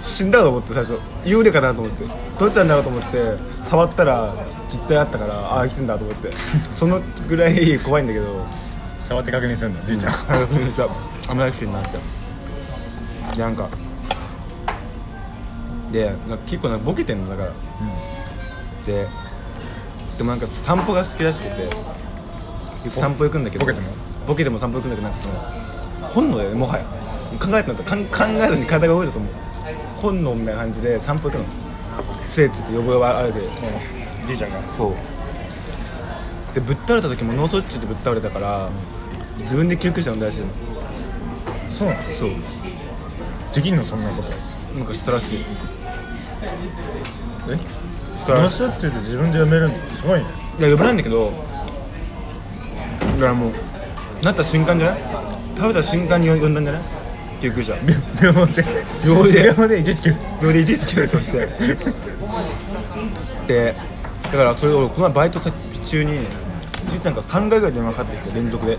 S1: 死んだと思って最初幽霊かなと思ってどっちなんだろうと思って触ったら実体あったからああ生きてんだと思ってそのぐらい怖いんだけど
S2: 触って確認するんだじいちゃん、
S1: あごめんなさい危ない人になってでなんかでなんか結構なんかボケてんのだから、ででもなんか散歩が好きらしくてよく散歩行くんだけど
S2: ボケても
S1: ボケても散歩行くんだけどなんかその本能だよねもはや考えてなかったかん考えずに体が動いたと思う本能みたいな感じで散歩行くのつえつえと呼ぶあれで
S2: じいちゃんが
S1: そうでぶっ倒れた時も脳卒中でぶっ倒れたから、自分で救急車呼んだらしいの
S2: そうなの
S1: そう
S2: できんのそんなこと
S1: なんかしたらしい
S2: え
S1: した
S2: ど
S1: ら
S2: う
S1: しい
S2: しようって言って自分でやめるんだすごいね
S1: いや呼べないんだけどだからもうなった瞬間じゃない食べた瞬間に呼んだんじゃない救急車
S2: 秒で
S1: 秒で
S2: 秒で119
S1: 秒でいちいち救急してでだからそれで俺この前バイト先中にじいちゃんから3回ぐらい電話かかってきて連続で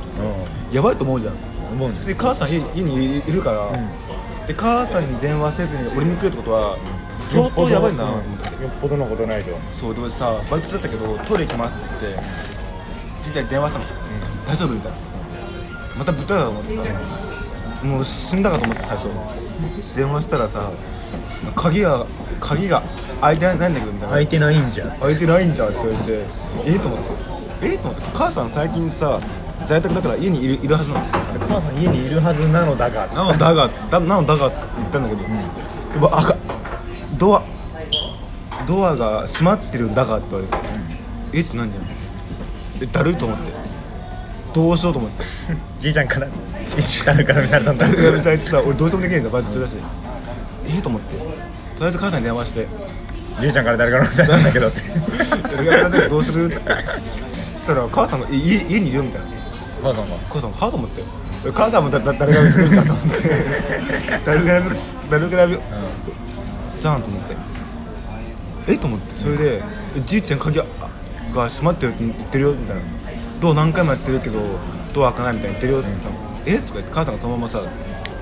S1: やばいと思うじゃん
S2: 思うん
S1: 普
S2: です
S1: 通に母さん家家にいるから、で母さんに電話せずに俺に来るってことは相当やばいな、
S2: よっぽどのことないと
S1: そうで俺さバイトだったけどトイレ行きますって言って実際に電話したの、大丈夫みたいな、またぶったらと思ってさもう死んだかと思って最初電話したらさ鍵が鍵が開いてないんだけどみたいな
S2: 開いてないんじゃ
S1: 開いてないんじゃんって言われてえっと思ってえっと思って母さん最近さ在宅だから家にいるいるはずなの
S2: 母さん家にいるはずなのだが
S1: なのだがだなのだがって言ったんだけど、でもあかドアドアが閉まってるんだがって言われて、えってなんじゃんでだるいと思ってどうしようと思って
S2: じいちゃんから誰から見られたんだ
S1: 誰が見されてさ俺どうしようもできないじゃんバイト中だし、ええと思ってとりあえず母さんに電話して
S2: じいちゃんから誰から見られたんだけどって
S1: 誰が見られたらどうするって言ってそしたら母さんがえ家家にいるよみたいな
S2: 母さんが
S1: 母さん母さんもって母さんもだだ誰が見つけるかと思って誰が見つ誰が見じゃんと思ってえと思ってそれでえじいちゃん鍵あが閉まってるって言ってるよみたいなドア何回もやってるけどドア開かないみたいに言ってるよって言ったのえとか言って母さんがそのままさ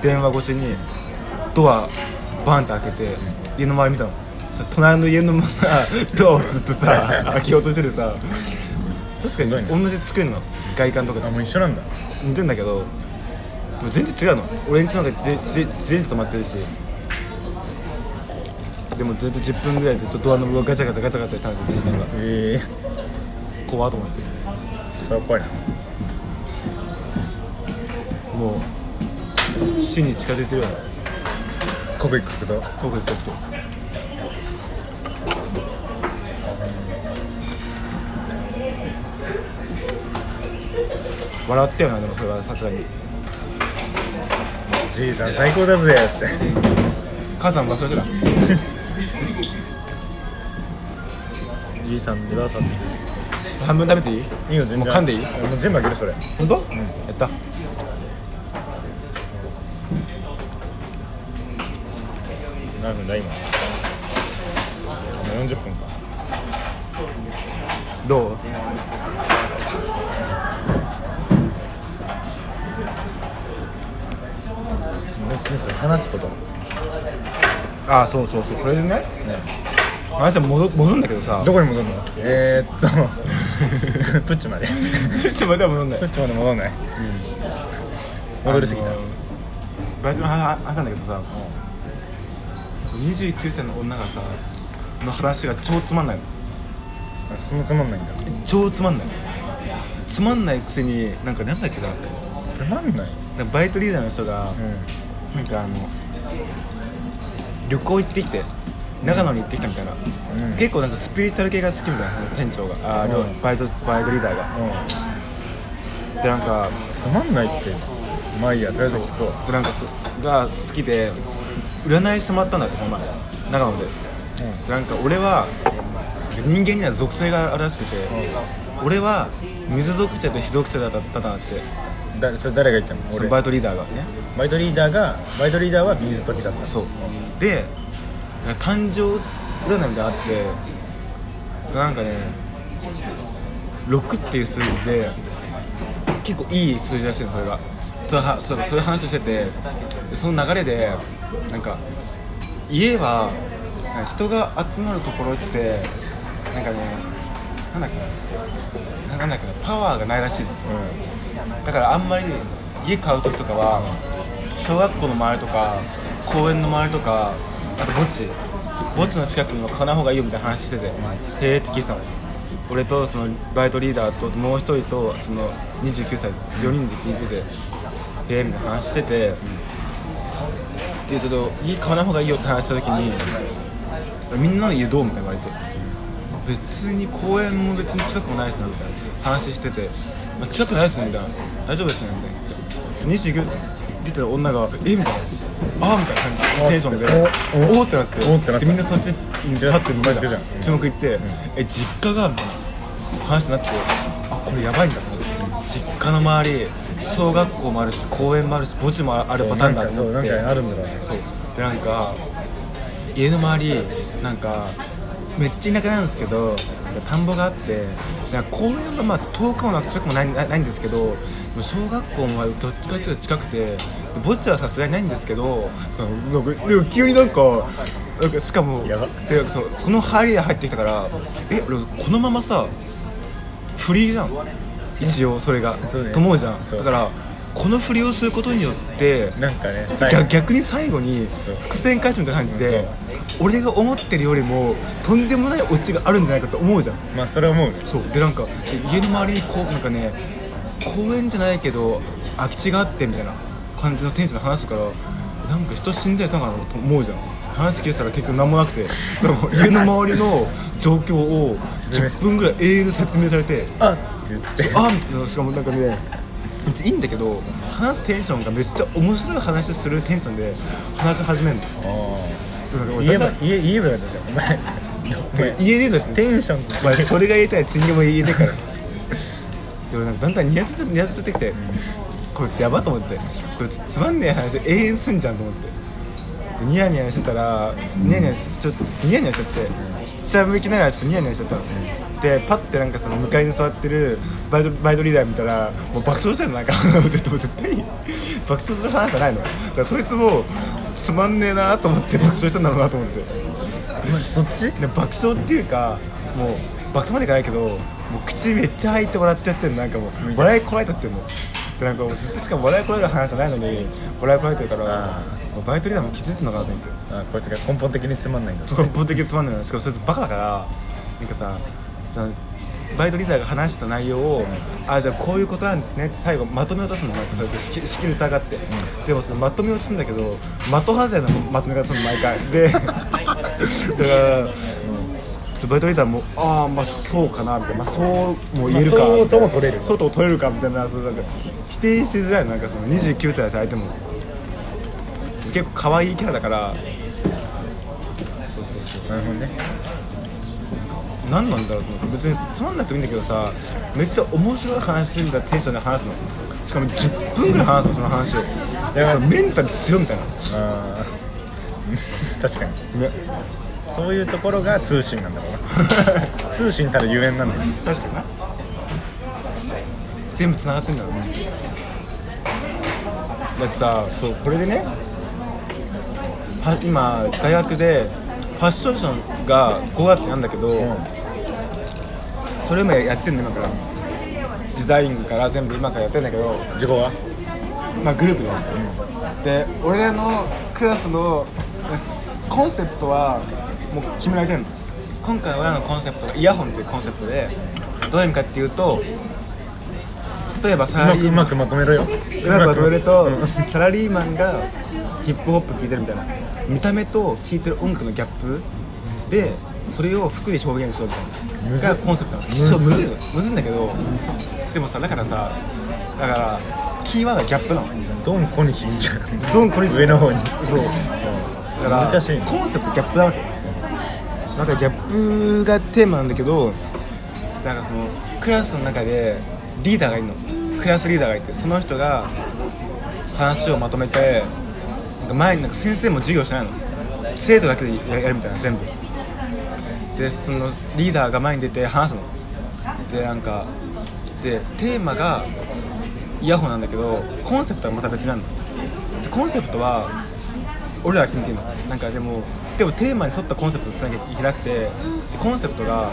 S1: 電話越しにドアバンって開けて家の周り見たのさ隣の家のまさドアをずっとさ開けようとしてるさ
S2: すごいね
S1: 同じ作りの外観とか
S2: あもう一緒なんだ
S1: 似てんだけどでも全然違うの俺んちの方がぜぜ全然止まってるしでもずっと10分ぐらいずっとドアノブをガチャガチャガチャガチャしたんですよじいさんが
S2: ええ
S1: 怖っと思って
S2: それは怖いな
S1: もう死に近づいてるような
S2: 刻一刻と
S1: 僕にとって笑ったよなでもそれはさすがに
S2: じいさん最高だぜって
S1: 母さんも爆笑して
S2: じいさんださん
S1: た半分食べていい
S2: いいよ全然
S1: もう噛んでいい
S2: もう全部あげるそれ
S1: 本当、やった
S2: 何分だ今もう40分か
S1: どう
S2: 何それ話すこと
S1: あそうそうそうそれでね話は戻戻るんだけどさ
S2: どこに戻るのえー、っと プッチまで
S1: ちょっと待って戻んない
S2: プッチまで戻んない、戻りすぎた
S1: あのバイトの話話したんだけどさ、29歳の女がさの話が超つまんないの
S2: そんなつまんないんだ
S1: 超つまんないつまんないくせになんかなんだっけな
S2: つまんない
S1: なんかバイトリーダーの人が、
S2: う
S1: なんかあの旅行行ってきて長野に行ってきたみたいな、
S2: ん
S1: 結構なんかスピリチュアル系が好きみたいな店長があー、
S2: うん
S1: バイトバイトリーダーが
S2: ん、
S1: でなんか
S2: つまんないってまあいいやとりあえず聞こ
S1: でなんかそが好きで占いしてもらったんだってこの前長野で、
S2: ん
S1: でなんか俺は人間には属性があるらしくて、俺は水属性と火属性だったんだって
S2: うだそれ誰が言ったの
S1: そ
S2: 俺
S1: のバイトリーダーがね
S2: バイトリーダーがバイトリーダーは水時だった
S1: そうで誕生占いみたいなのがあってなんかね6っていう数字で結構いい数字らしいのそれがとはそうそういう話をしててでその流れでなんか家はなんか人が集まるところってなんかねなんだっけななんだっけなパワーがないらしいです、だからあんまり家買う時とかは小学校の周りとか公園の周りとかあと墓地墓地の近くにも買わない方がいいよみたいな話してて、へえって聞いてたの俺とそのバイトリーダーともう一人とその29歳4人で聞いててへえみたいな話してて、でちょっと家買わない方がいいよって話した時にみんなの家どうみたいな言われて別に公園も別に近くもないですねみたいな話してて、まあ、近くないですねみたいな大丈夫ですねみたいな29出てる女がえみたいなああみたいな感じテンションで
S2: おお
S1: おおってなって
S2: おってなった
S1: でみんなそっちに立って向いたじゃん注目行って、え実家がみたいな話になってあこれやばいんだと思って実家の周り小学校もあるし公園もあるし墓地もあるパターンだと
S2: そう
S1: 思
S2: な
S1: っ
S2: ん
S1: て
S2: かそうなんかあるんだろうね
S1: そうでなんか家の周りなんかめっちゃ田舎なんですけどなんか田んぼがあってなんか公園がまあ遠くもなく近くもないないないんですけどでも小学校もどっちかっていうと近くてで墓地はさすがにないんですけどなんかでも急になんかなんかしかも
S2: やば
S1: でそのその入りで入ってきたからえ俺このままさフリーじゃん一応それが
S2: そうね
S1: と思うじゃん
S2: そう
S1: だからこの振りをすることによって
S2: なんか ね最後
S1: 逆逆に最後に
S2: そう
S1: 伏線回収みたいな感じで俺が思ってるよりもとんでもないオチがあるんじゃないかと思うじゃん
S2: まあそれは思うね
S1: そうでなんかで家の周りにこうなんかね公園じゃないけど空き地があってみたいな感じのテンションで話すからなんか人死んだりしたのかなと思うじゃん話聞いてたら結局何もなくてでも家の周りの状況 を10分ぐらい永遠に説明されて
S2: あって言 って
S1: あみたいなしかもなんかね別にいいんだけど話すテンションがめっちゃ面白い話するテンションで話し始めるんです
S2: 言えば言え言えばよかったじゃんお前
S1: 言えねえんだって
S2: テンションと
S1: お前それが言いたいチンゲも言えねえからでもなんかだんだん似合って似合ってきてこいつやばと思ってこいつつまんねえ話永遠すんじゃんと思ってでニヤニヤしてたらニヤニヤしてちょっとニヤニヤしちゃって下向きながらちょっとニヤニヤしちゃったのでパッてなんかその向かいに座ってるバイトバイトリーダー見たらもう爆笑してるのなんか 絶対に爆笑する話じゃないのだからそいつもつまんねえなと思って爆笑してんだろうなと思って
S2: そっち
S1: で爆笑っていうかもう爆笑までいかないけどもう口めっちゃ入って笑ってやってるなんかもう笑いこらえたってもうでなんかもうずっとしかも笑いこらえる話じゃないのに笑いこらえてるから
S2: あ
S1: もうバイトリーダーも気づいてるのかなと思って
S2: あこいつが根本的につまんないんだ
S1: そこ一方的につまんないな しかもそれバカだからなんかさそのバイトリーダーが話した内容を、あじゃあこういうことなんですねって最後まとめ落とすのなんかそれ仕切仕切り疑って、でもそのまとめ落とすんだけど的外れのまとめ方するの毎回で だから、バイトリーダーもああまあそうかなみたいな、まあ、そうも言えるか、
S2: まあそうとも取れる
S1: そうとも取れるかみたいなそうなんか否定しづらいのなんかその29歳相手も結構可愛いキャラだからそうそうそう
S2: なるほどね
S1: 何なんだろうと思って別につまんなくてもいいんだけどさめっちゃ面白い話するんだテンションで話すのしかも10分ぐらい話すのその話をいやそのメンタル強いみたいな
S2: あー 確かに
S1: ね
S2: そういうところが通信なんだろう な通信たるゆえんなんだよ
S1: 確かにな全部つながってんだろうねだってさそうこれでねは今大学でファッションショーが5月にあるんだけど、それもやってんの今からデザインから全部今からやってんだけど
S2: 事故は
S1: まあ、グループで、で俺らのクラスのコンセプトはもう決められてるの今回俺らのコンセプトがイヤホンっていうコンセプトでどういう意味かっていうと例えば
S2: う
S1: サラ
S2: ま
S1: リ
S2: くう
S1: ーマン
S2: まくまとめろよ
S1: うまくまとめると
S2: うん
S1: サラリーマンがヒップホップ聴いてるみたいな見た目と聴いてる音楽のギャップでそれを服で表現しようみたいな
S2: むずっ
S1: がコンセプトなのそうむずいのむずいんだけどでもさだからさだからキーワードはギャップなの
S2: ドンコに死んじゃう
S1: ドンコに死んじゃう
S2: 上の方に
S1: そうだから
S2: 難しいね
S1: コンセプトギャップなわけなんかギャップがテーマなんだけどなんかそのクラスの中でリーダーがいるのクラスリーダーがいてその人が話をまとめてなんか前になんか先生も授業しないの生徒だけでややるみたいな全部でそのリーダーが前に出て話すのでなんかでテーマがイヤホンなんだけどコンセプトはまた別なんだでコンセプトは俺らが決めてるのなんかでもでもテーマに沿ったコンセプトをつなきゃいけなくてでコンセプトが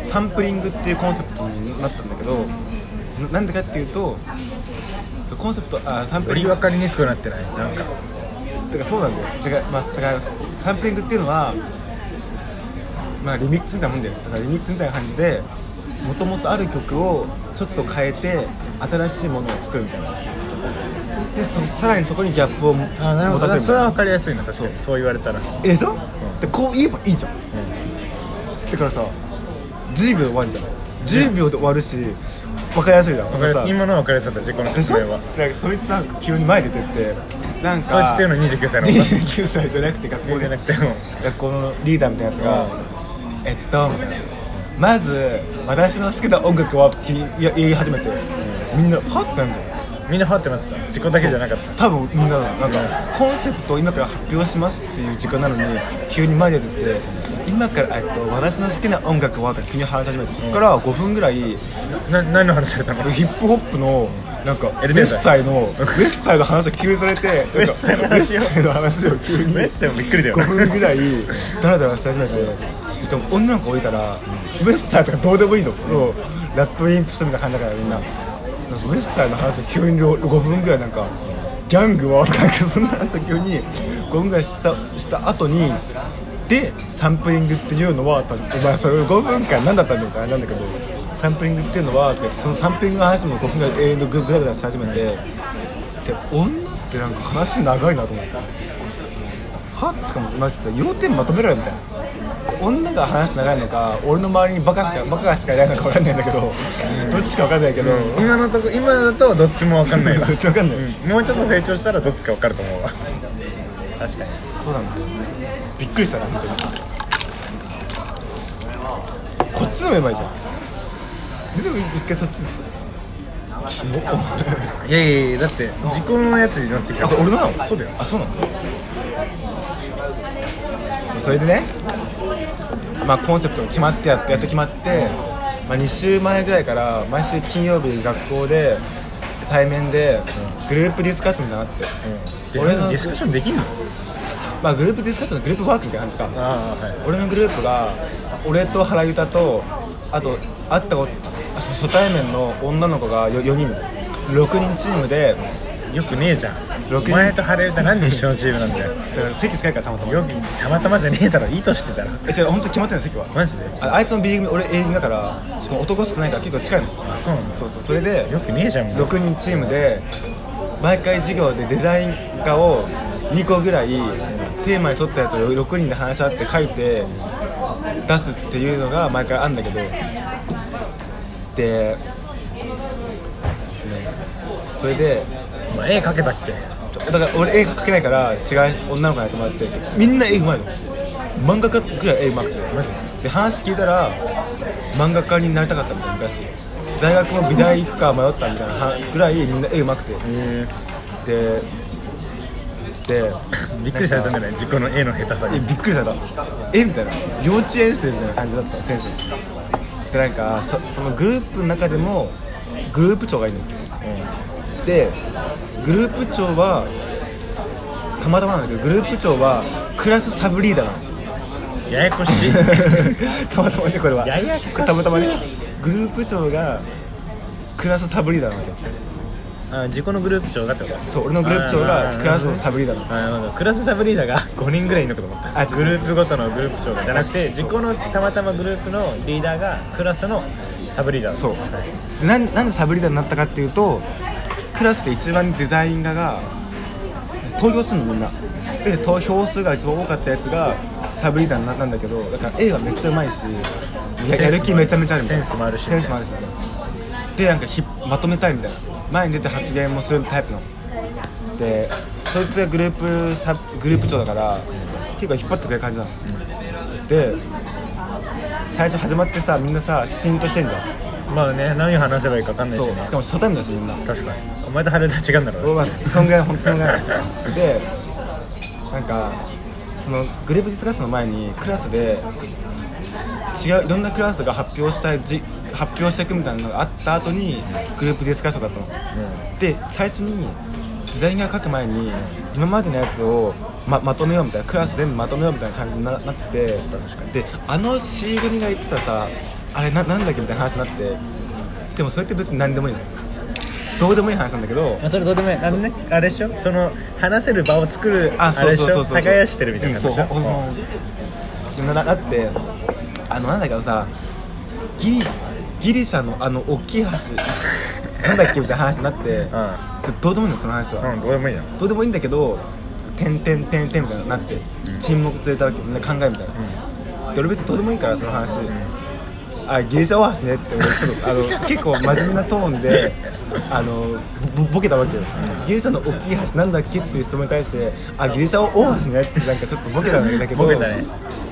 S1: サンプリングっていうコンセプトになったんだけどななんでかっていうとそうコンセプトあサンプ
S2: よ
S1: リン
S2: り
S1: グ
S2: 分かりにくくなってないなんか
S1: だからそうなんだよだから、まあ、だからサンプリングっていうのは、まあ、リミックスみたいなもんだよだからリミックスみたいな感じでもともとある曲をちょっと変えて新しいものを作るみたいなでそさらにそこにギャップを持
S2: あなるほ
S1: たせ
S2: ど
S1: るみ
S2: それ
S1: たい
S2: は
S1: な
S2: 分かりやすいな確かにそう言われたら
S1: えでしょ、でこう言えばいいじゃん、だからさ10秒で終わるじゃん10秒で終わるし分かりやすいじゃん
S2: 分かりや
S1: さ
S2: すい今のは分かりやすかった自己の
S1: でし
S2: 説
S1: ょ
S2: 明は
S1: なんかそいつなんか急に前に出てってなんか
S2: そいつっていうのは29歳の子
S1: 29歳じゃなくて学校
S2: じ
S1: で
S2: ゃなくても
S1: 学校のリーダーみたいなやつが「えっと」みたいなまず私の好きな音楽はって言い言い始めてみんなハッてなるんじゃない
S2: みんなハってなってた自己だけじゃなかった
S1: 多分みんななんかコンセプトを今から発表しますっていう時間なのに急に前に出て今からえっと私の好きな音楽はとか急に話し始めてそこから5分ぐらい
S2: な何の話され たの
S1: ヒップホップのなんかウェ
S2: LDR
S1: ッサイのウェッサイの話を急にされてウェ
S2: ッサイの話を
S1: ッサイの話を急 に
S2: メッセもびっくりだよ
S1: 5分ぐらいダラダラし始めてしかも女の子多いから、ウエスターとかどうでもいいの、もうラップインプスみたいな感じだからみんななんかウエスターの話を急に5分ぐらいなんかギャングはとかなんかそんな話を急に5分ぐらいしたした後にでサンプリングっていうのはとかお前それ5分間何だったんだよってあれなんだけどサンプリングっていうのはとかそのサンプリングの話も5分ぐらい永遠とググダグダし始めてで女ってなんか話長いなと思って。はしかもマジでさ要点まとめろよみたいな女が話長いのか俺の周りにバカしかバカしかいないのか分かんないんだけどどっちか分かんないけど、
S2: 今のとこ今だとどっちも分かんないわ
S1: どっち分かんない、
S2: もうちょっと成長したらどっちか分かると思うわ確かに
S1: そうなんだびっくりしたな本当にこっち飲めばいいじゃんでも一回そっちですキモ
S2: いやいやいやだって自己のやつになってきた
S1: あ俺のなの
S2: そうだよ
S1: あそうなのそうそれでねまあコンセプトが決まってやってやっと決まって、まあ、2週前ぐらいから毎週金曜日学校で対面でグループディスカッションみたいなのがあって、
S2: で
S1: 俺の
S2: ディスカッションできんの
S1: まあグループディスカッションのグループワークみたいな感じか
S2: ああはい
S1: 俺のグループが俺と原ゆたとあと会ったことあそう初対面の女の子がよ4人6人チームで
S2: よくねえじゃん
S1: 六
S2: お
S1: 人
S2: 前と晴れ歌何で一緒のチームなんだよ
S1: だから席近いからたまたま
S2: よくたまたまじゃねえだろいいとしてたら
S1: え違う本当に決まってんの席は
S2: マジで
S1: ああいつの B 組俺 A 組だからしかも男少ないから結構近いの
S2: あそうなんだ
S1: そうそうそれで
S2: よくねえじゃんもう
S1: 6人チームで毎回授業でデザイン画を2個ぐらいテーマに取ったやつを6人で話し合って書いて出すっていうのが毎回あるんだけどででそれで
S2: お前絵描けたっけ
S1: ちょだから俺絵描けないから違う女の子にやってもらってみんな絵うまいの漫画家ぐらい絵うまくて
S2: マジで
S1: で話聞いたら漫画家になりたかったみたい昔大学も美大行くか迷ったみたいなはぐらいみんな絵うまくて
S2: え
S1: でで
S2: びっくりされたんじゃない自己の絵の下手さ
S1: え
S2: に
S1: びっくりされたえみたいな幼稚園生みたいな感じだったテンションでなんかそそのグループの中でもグループ長がいるの、でグループ長はたまたまなんだけどグループ長はクラスサブリーダーなの
S2: ややこしい
S1: たまたまねこれは
S2: ややこしい
S1: これたまたまねグループ長がクラスサブリーダーなわけ
S2: あ自己のグループ長がってこと
S1: そう俺のグループ長がクラスのサブリーダーなの
S2: あなるほどクラスサブリーダーが5人ぐらいいるのかと思った
S1: あ
S2: グループごとのグループ長がじゃなくて自己のたまたまグループのリーダーがクラスのサブリーダー
S1: そうでなんなんでサブリーダーになったかっていうとクラスで一番デザイン画が投票するのみんなで投票数が一番多かったやつがサブリーダーになったんだけどだから A はめっちゃうまいしややる気めちゃめちゃあるみたいな
S2: センスもあるし
S1: センスもあるしみたいなでなんかひまとめたいみたいな前に出て発言もするタイプのでそいつがグループサグループ長だから結構引っ張ってくれる感じなの、で最初始まってさみんなさシーンとしてんじゃん
S2: まあね何を話せばいいか分かんないし
S1: そう
S2: ね
S1: しかも初対面だしみんな
S2: 確かにお前と春田違うんだろう
S1: うわそんぐらい本当そんぐらいでなんかそのグループディスカッションの前にクラスで違ういろんなクラスが発表したじ発表していくみたいなのがあった後にグループディスカッションだったの、で最初にデザインが書く前に今までのやつをままとめようみたいなクラス全部まとめようみたいな感じにななってであの C 組が言ってたさあれななんだっけみたいな話になってでもそれって別に何でもいいのどうでもいい話なんだけど
S2: まあ、それどうでもいいあのねあれでしょその話せる場を作る
S1: あそう
S2: れでし
S1: そう
S2: ょ
S1: そうそうそう
S2: 耕してるみたいな
S1: うん
S2: 感じでし
S1: そう
S2: ょ、
S1: うんななだってあのなんだけどさギリギリシャのあの大きい橋なんだっけみたいな話になって、どうでもいいのその話は、
S2: うん、うん、どうでもいいな
S1: どうでもいいんだけど「てんてんてんてん」みたいになって、沈黙ついたわけみんな考えるみたいな、で俺別にどうでもいいからその話、あギリシャ大橋ねって俺ちょっとあ の結構真面目なトーンであのぼボケたわけよ、ギリシャの大きい橋なんだっけっていう質問に対してあギリシャ大橋ねってなんかちょっとボケたんだけど
S2: ボケたね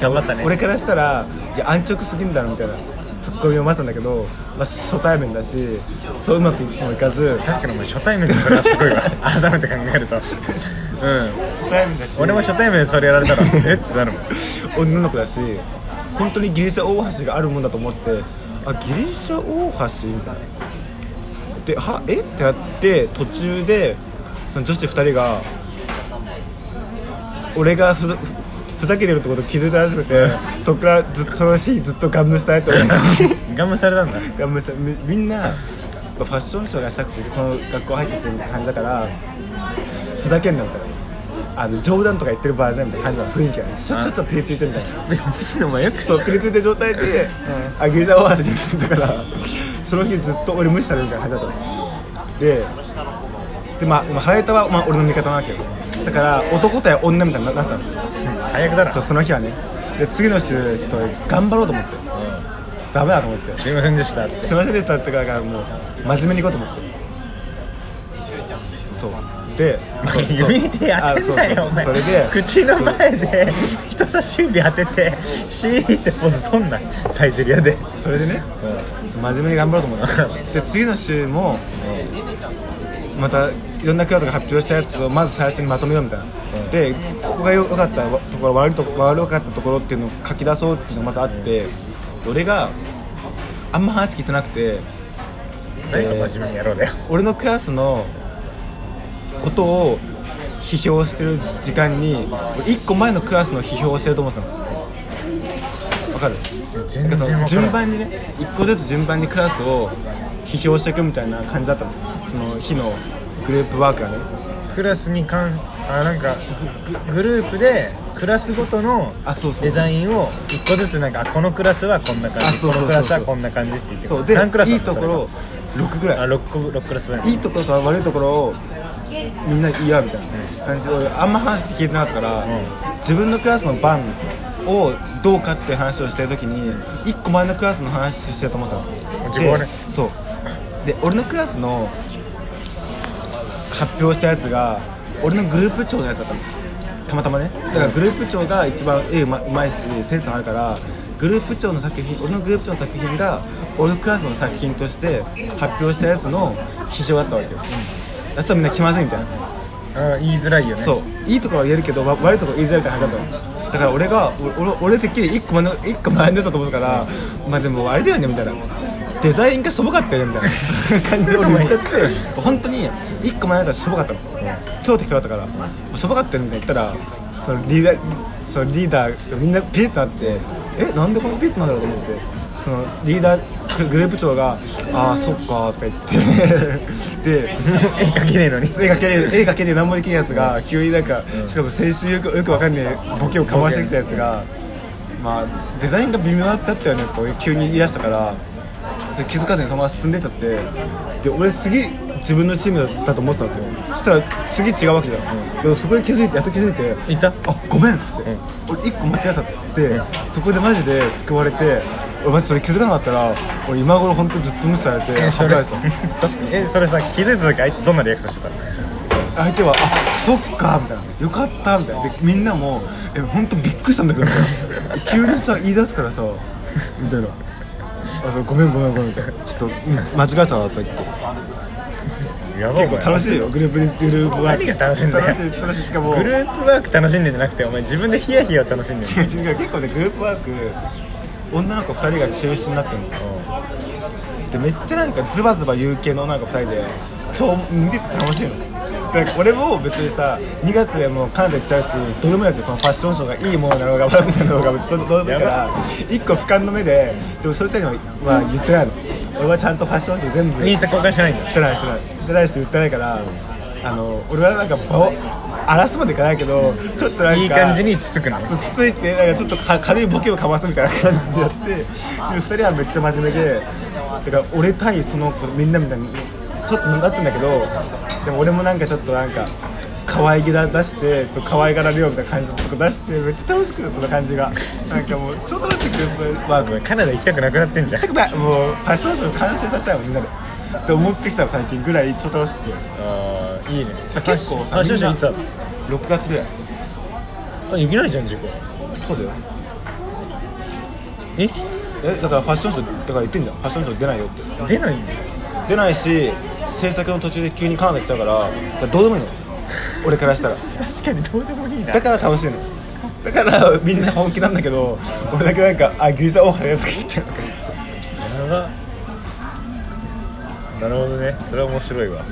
S2: 頑張ったね
S1: 俺からしたらいや安直すぎんだろみたいなツッコミを待ったんだけど、まあ、初対面だしそううまくもいかず
S2: 確かにお前初対面でそれはすごいわ 改めて考えるとうん
S1: 初対面だし
S2: 俺も初対面でそれやられ たらえってなるもん
S1: 女の子だし本当にギリシャ大橋があるもんだと思ってあギリシャ大橋みたいなではえってなって途中でその女子2人が俺がふざふふざけてるってこと気づいたらしくてそっからずっとその日ずっとガン無視されて俺
S2: ガムされたんだ
S1: ガン無視されみみんなファッションショーがしたくてこの学校入ってきてる感じだからふざけんなみたいなあの冗談とか言ってる場合じゃないみたいな感じの雰囲気がねちょちょっとピリついてるみたいな
S2: お前よく
S1: ちょっとピリついた状態で、あギリシャ大橋で行ってたからその日ずっと俺無視されるみたいな感じだったのででまあまあ原田は、まあ、俺の味方なわけよだから男対女みたいにななってたの
S2: 最悪だな
S1: そうその日はねで次の週ちょっと頑張ろうと思って、ダメだと思って
S2: すいませんでしたって
S1: すいませんでしたってからもう真面目に行こうと思ってそうでそうそう
S2: 指でやってんだよお
S1: あ
S2: 前
S1: そうそうそうそれで
S2: 口の前で人差し指当ててシーってポーズとんなサイゼリアで
S1: それでね、真面目に頑張ろうと思ってで次の週も、またいろんなクラスが発表したやつをまず最初にまとめようみたいな、でここが良かったところ悪いとこ悪かったところっていうのを書き出そうっていうのがまずあってで俺があんま話聞いてなくて
S2: 何が真面目にやろうだよ
S1: 俺のクラスのことを批評してる時間に1個前のクラスの批評をしてると思ってたのわかる
S2: 全
S1: なんかその順
S2: 然順番
S1: 番にね一個ずつ順番にクラスを批評していくみたいな感じだったのその日のグループワークがね
S2: クラスにかんあなんかグググループでクラスごとの
S1: あそうそう
S2: デザインを一個ずつなんかあこのクラスはこんな感
S1: あ
S2: じ
S1: そう
S2: こ
S1: そうそうそう
S2: のクラスはこんな感じって言って
S1: そうで
S2: 何クラス
S1: い
S2: だ
S1: い
S2: った
S1: と
S2: の
S1: ころ6ぐ
S2: それあ
S1: らい
S2: 6個六クラスだよ
S1: いいところと悪いところをみんな言い合うみたいな感じで俺あんま話聞いてなかったから、自分のクラスの番をどうかっていう話をしてる時に1個前のクラスの話してると思ったの
S2: 自分はね
S1: でそうで俺のクラスの発表したやつが俺のグループ長のやつだったのたまたまねだからグループ長が一番絵うまうまいしセンスもあるからグループ長の作品俺のグループ長の作品が俺のクラスの作品として発表したやつの批評だったわけよ、やつはみんな気まずいみたいな
S2: あ言いづらいよね
S1: そういいところは言えるけどわ悪いところ言いづらいって話だったのだから俺がお俺俺てっきり1個前の一個前だったと思うからまあでもあれだよねみたいなデザインがしょぼかったよねみたいな感じで俺言っちゃって本当に1個前だったらしょぼかったの超適当だったからしょぼかったよねみたいな言ったらそのリーダーそのリーダーみんなピリッとなってえなんでこのピリッとなんだろうと思ってそのリーダーグループ長が「ああそっか」とか言って で
S2: 絵描けねえのに
S1: 絵描けねえ絵描けねえ何もできないやつが急になんかしかも先週よくよくわかんねえボケをかましてきたやつがまあデザインが微妙だったよねとか急に言い出したからそれ気づかずにそのまま進んでったってで俺次自分のチームだと思ってたんだよそしたら次違うわけじゃん、でもそこで気づいてやっと気づいて
S2: いた
S1: あごめんっつって、俺1個間違えたっつって、そこでマジで救われて俺マジそれ気づかなかったら俺今頃本当ずっと無視されて
S2: えそれ
S1: 恥ずかしいです
S2: 確かにえそれさ気づいた時相手どんなリアクションしてたの
S1: 相手は「あそっか」みたいな「よかった」みたいなでみんなも「え本当びっくりしたんだけど」みたいな急にさ言い出すからさみたいな「あそうごめんごめんごめん」みたいな「ちょっとみ間違えたわ」とか言って
S2: やばい
S1: 結構楽しいよグループでグループワーク
S2: 何が楽しいんだよ
S1: 楽しい楽しいしかも
S2: グループワーク楽しんでんじゃなくてお前自分でヒヤヒヤを楽しんでる
S1: 違う違う結構ねグループワーク女の子2人が中心になってるのでめっちゃなんかズバズバ言う系のなんか2人で超見てて楽しいのだから俺も別にさ2月でもうカナダ行っちゃうしどれもやってこのファッションショーがいいものなのか悪いものなのかどうどうだから1個俯瞰の目ででもそういう人には言ってないの俺はちゃんとファッションショー全部
S2: インスタ公開してないんだ
S1: してないしてないしてないし言ってないからあの俺はなんか場を荒らすまでいかないけどちょっとなんか
S2: いい感じにつつくの
S1: つついてなんかちょっとか軽いボケをかますみたいな感じでやってで2人はめっちゃ真面目でだから俺対その子みんなみたいにちょっとなってんだけどでも俺もなんかちょっとなんか可愛げだ出してちょっと可愛がられようみたいな感じのとこ出してめっちゃ楽しくてその感じがなんかもう超楽しくてまあ
S2: カナダ行きたくなくなってんじゃん
S1: 全くないもうファッションショーを完成させたいもんみんなでって思ってきたの最近ぐらい超楽しくて
S2: ああいいね
S1: しかも結構さ
S2: あ少々いつだっ
S1: 6月ぐらい
S2: たあ行けないじゃん事故
S1: そうだよ
S2: え
S1: えだからファッションショーだから言ってんじゃんファッションショー出ないよって
S2: 出ないんだ
S1: 出ないし制作の途中で急にカナダ行っちゃうからだからどうでもいいの俺からしたら
S2: 確かにどうでもいいな
S1: だから楽しいのだからみんな本気なんだけど俺だけなんかあギリシャ大原やとか言ってるとか言って
S2: 長なるほどねそれは面白いわ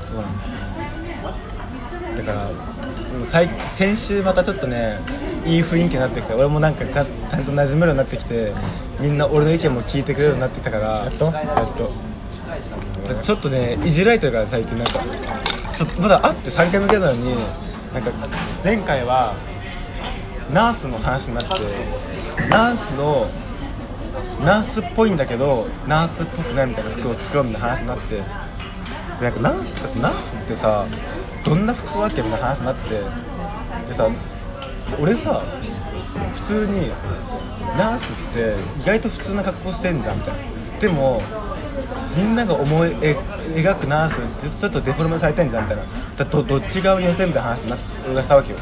S1: そうなんですよだからでも最先週またちょっとねいい雰囲気になってきた俺もなんかちゃんちゃんと馴染めるようになってきてみんな俺の意見も聞いてくれるようになってきたからやっとやっとだからちょっとねいじられてるから最近なんかちょっとまだ会って3回目くらいなのになんか前回はナースの話になってナースのナースっぽいんだけどナースっぽくないみたいな服を作ろうみたいな話になってでなんかナースナースってさどんな服装だっけみたいな話になってでさ俺さ普通にナースって意外と普通な格好してんじゃんみたいなでもみんなが思いえ描くナースってちょっとデフォルメされてんじゃんみたいなだどどっち側に寄せるみたいな話になって俺がしたわけよ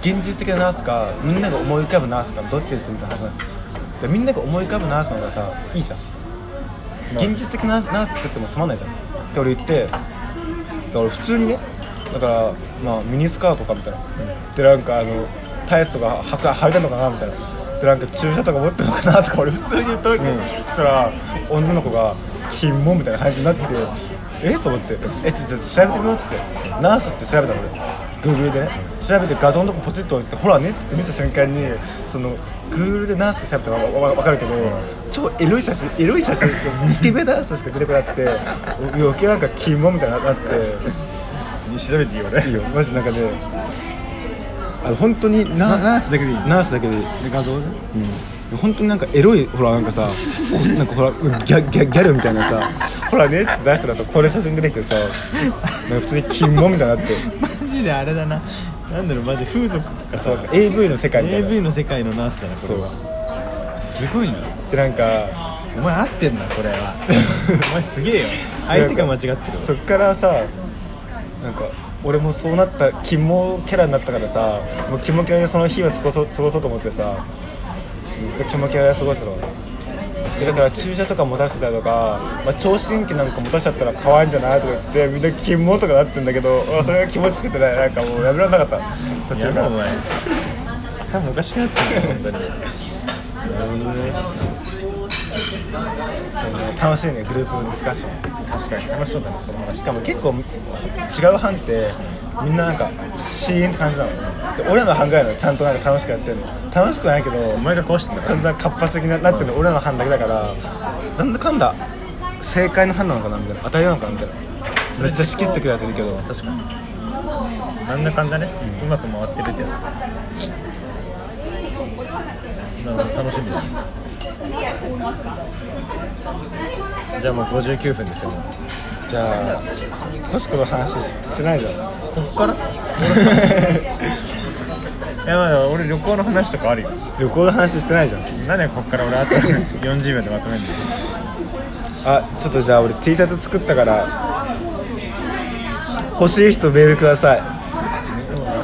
S1: 現実的なナースかみんなが思い浮かぶナースかどっちにするみたいな話になってでみんなが思い浮かぶナースの方がさいいじゃん現実的なナース作ってもつまんないじゃんって俺言ってだから俺普通にねだからまあミニスカートかみたいな、でなんかあのタイツとかはか履いたのかなみたいなでなんか注射とか持ってるのかなとか俺普通に言ったわけ、そしたら女の子が「キモ」みたいな感じになってえと思って「えちょっと調べてみよう」っつってナースって調べたの俺グーグルでね調べて画像のとこポチッと置いてほらねっつって見た瞬間にそのグーグルでナース調べたらわわわかるけど、超エロい写真エロい写真しかスケベナースしか出てこなくて余計なんかキモみたいになって
S2: 調べていいよね
S1: いいよマジなんかねあの本当にナース
S2: ナースだけでいいの
S1: ナースだけでいい
S2: 画像で
S1: 本当になんかエロいほらなんかさこなんかほらギャギャギャルみたいなさほらねっつって出したらとこれ写真出てきてさなんか普通にキモみたいになって
S2: マジであれだななんだろうマジ風俗とか
S1: そ
S2: さ
S1: うなんか AV の世界みたいな
S2: AV の世界のナースだなこ
S1: そ
S2: れ
S1: う
S2: はすごいな
S1: でなんか
S2: お前合ってんなこれはお前すげえよ相手が間違ってるわ
S1: そっからさなんか俺もそうなったキモキャラになったからさもうキモキャラでその日を過ごそう過ごそうと思ってさずっとキモキャラで過ごすのでだから注射とか持たせたりとか、まあ、聴診器なんか持たせちゃったら可愛いんじゃないとか言ってみんなキモとかなってんだけど俺はそれが気持ちよくてねなんかもうやめられなかった途
S2: や
S1: 中か
S2: ばい
S1: ら
S2: お前多分おかしくなってるよ本当になるほどね
S1: 楽しいねグループディスカッション
S2: 確かに楽しそうだねその話
S1: しかも結構違う班ってみんななんかシーンって感じなので俺らの班ぐらいのちゃんとなんか楽しくやってるの楽しくないけど
S2: お前が壊してんだ
S1: ちゃんとなんか活発的になってるの俺らの班だけだからなんだかんだ正解の班なのかなみたいな当たりなのかなみたいなめっちゃ仕切ってくるやついるけど
S2: 確かになんだかんだね、うまく回ってるってやつかなるほど楽しみですねじゃあもう59分ですよもう
S1: じゃあコシコの話ししてないじゃん
S2: こっからいやまあ俺旅行の話とかあるよ
S1: 旅行の話してないじゃん
S2: なんでこっから俺あと40秒でまとめるんだよ
S1: あちょっとじゃあ俺 T シャツ作ったから欲しい人メールください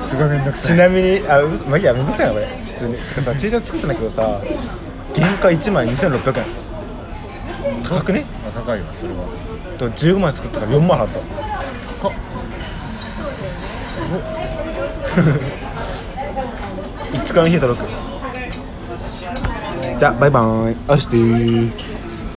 S2: すごいめんどく
S1: ち
S2: さい
S1: なみにあうそまあいいやめんどくさいなこれ普通にてかさ T シャツ作ったんだけどさ原価1枚2600円高くね
S2: まあ高いわそれは
S1: と15枚作ったから4枚払った すごい5日の日届くじゃあバイバーイあしてー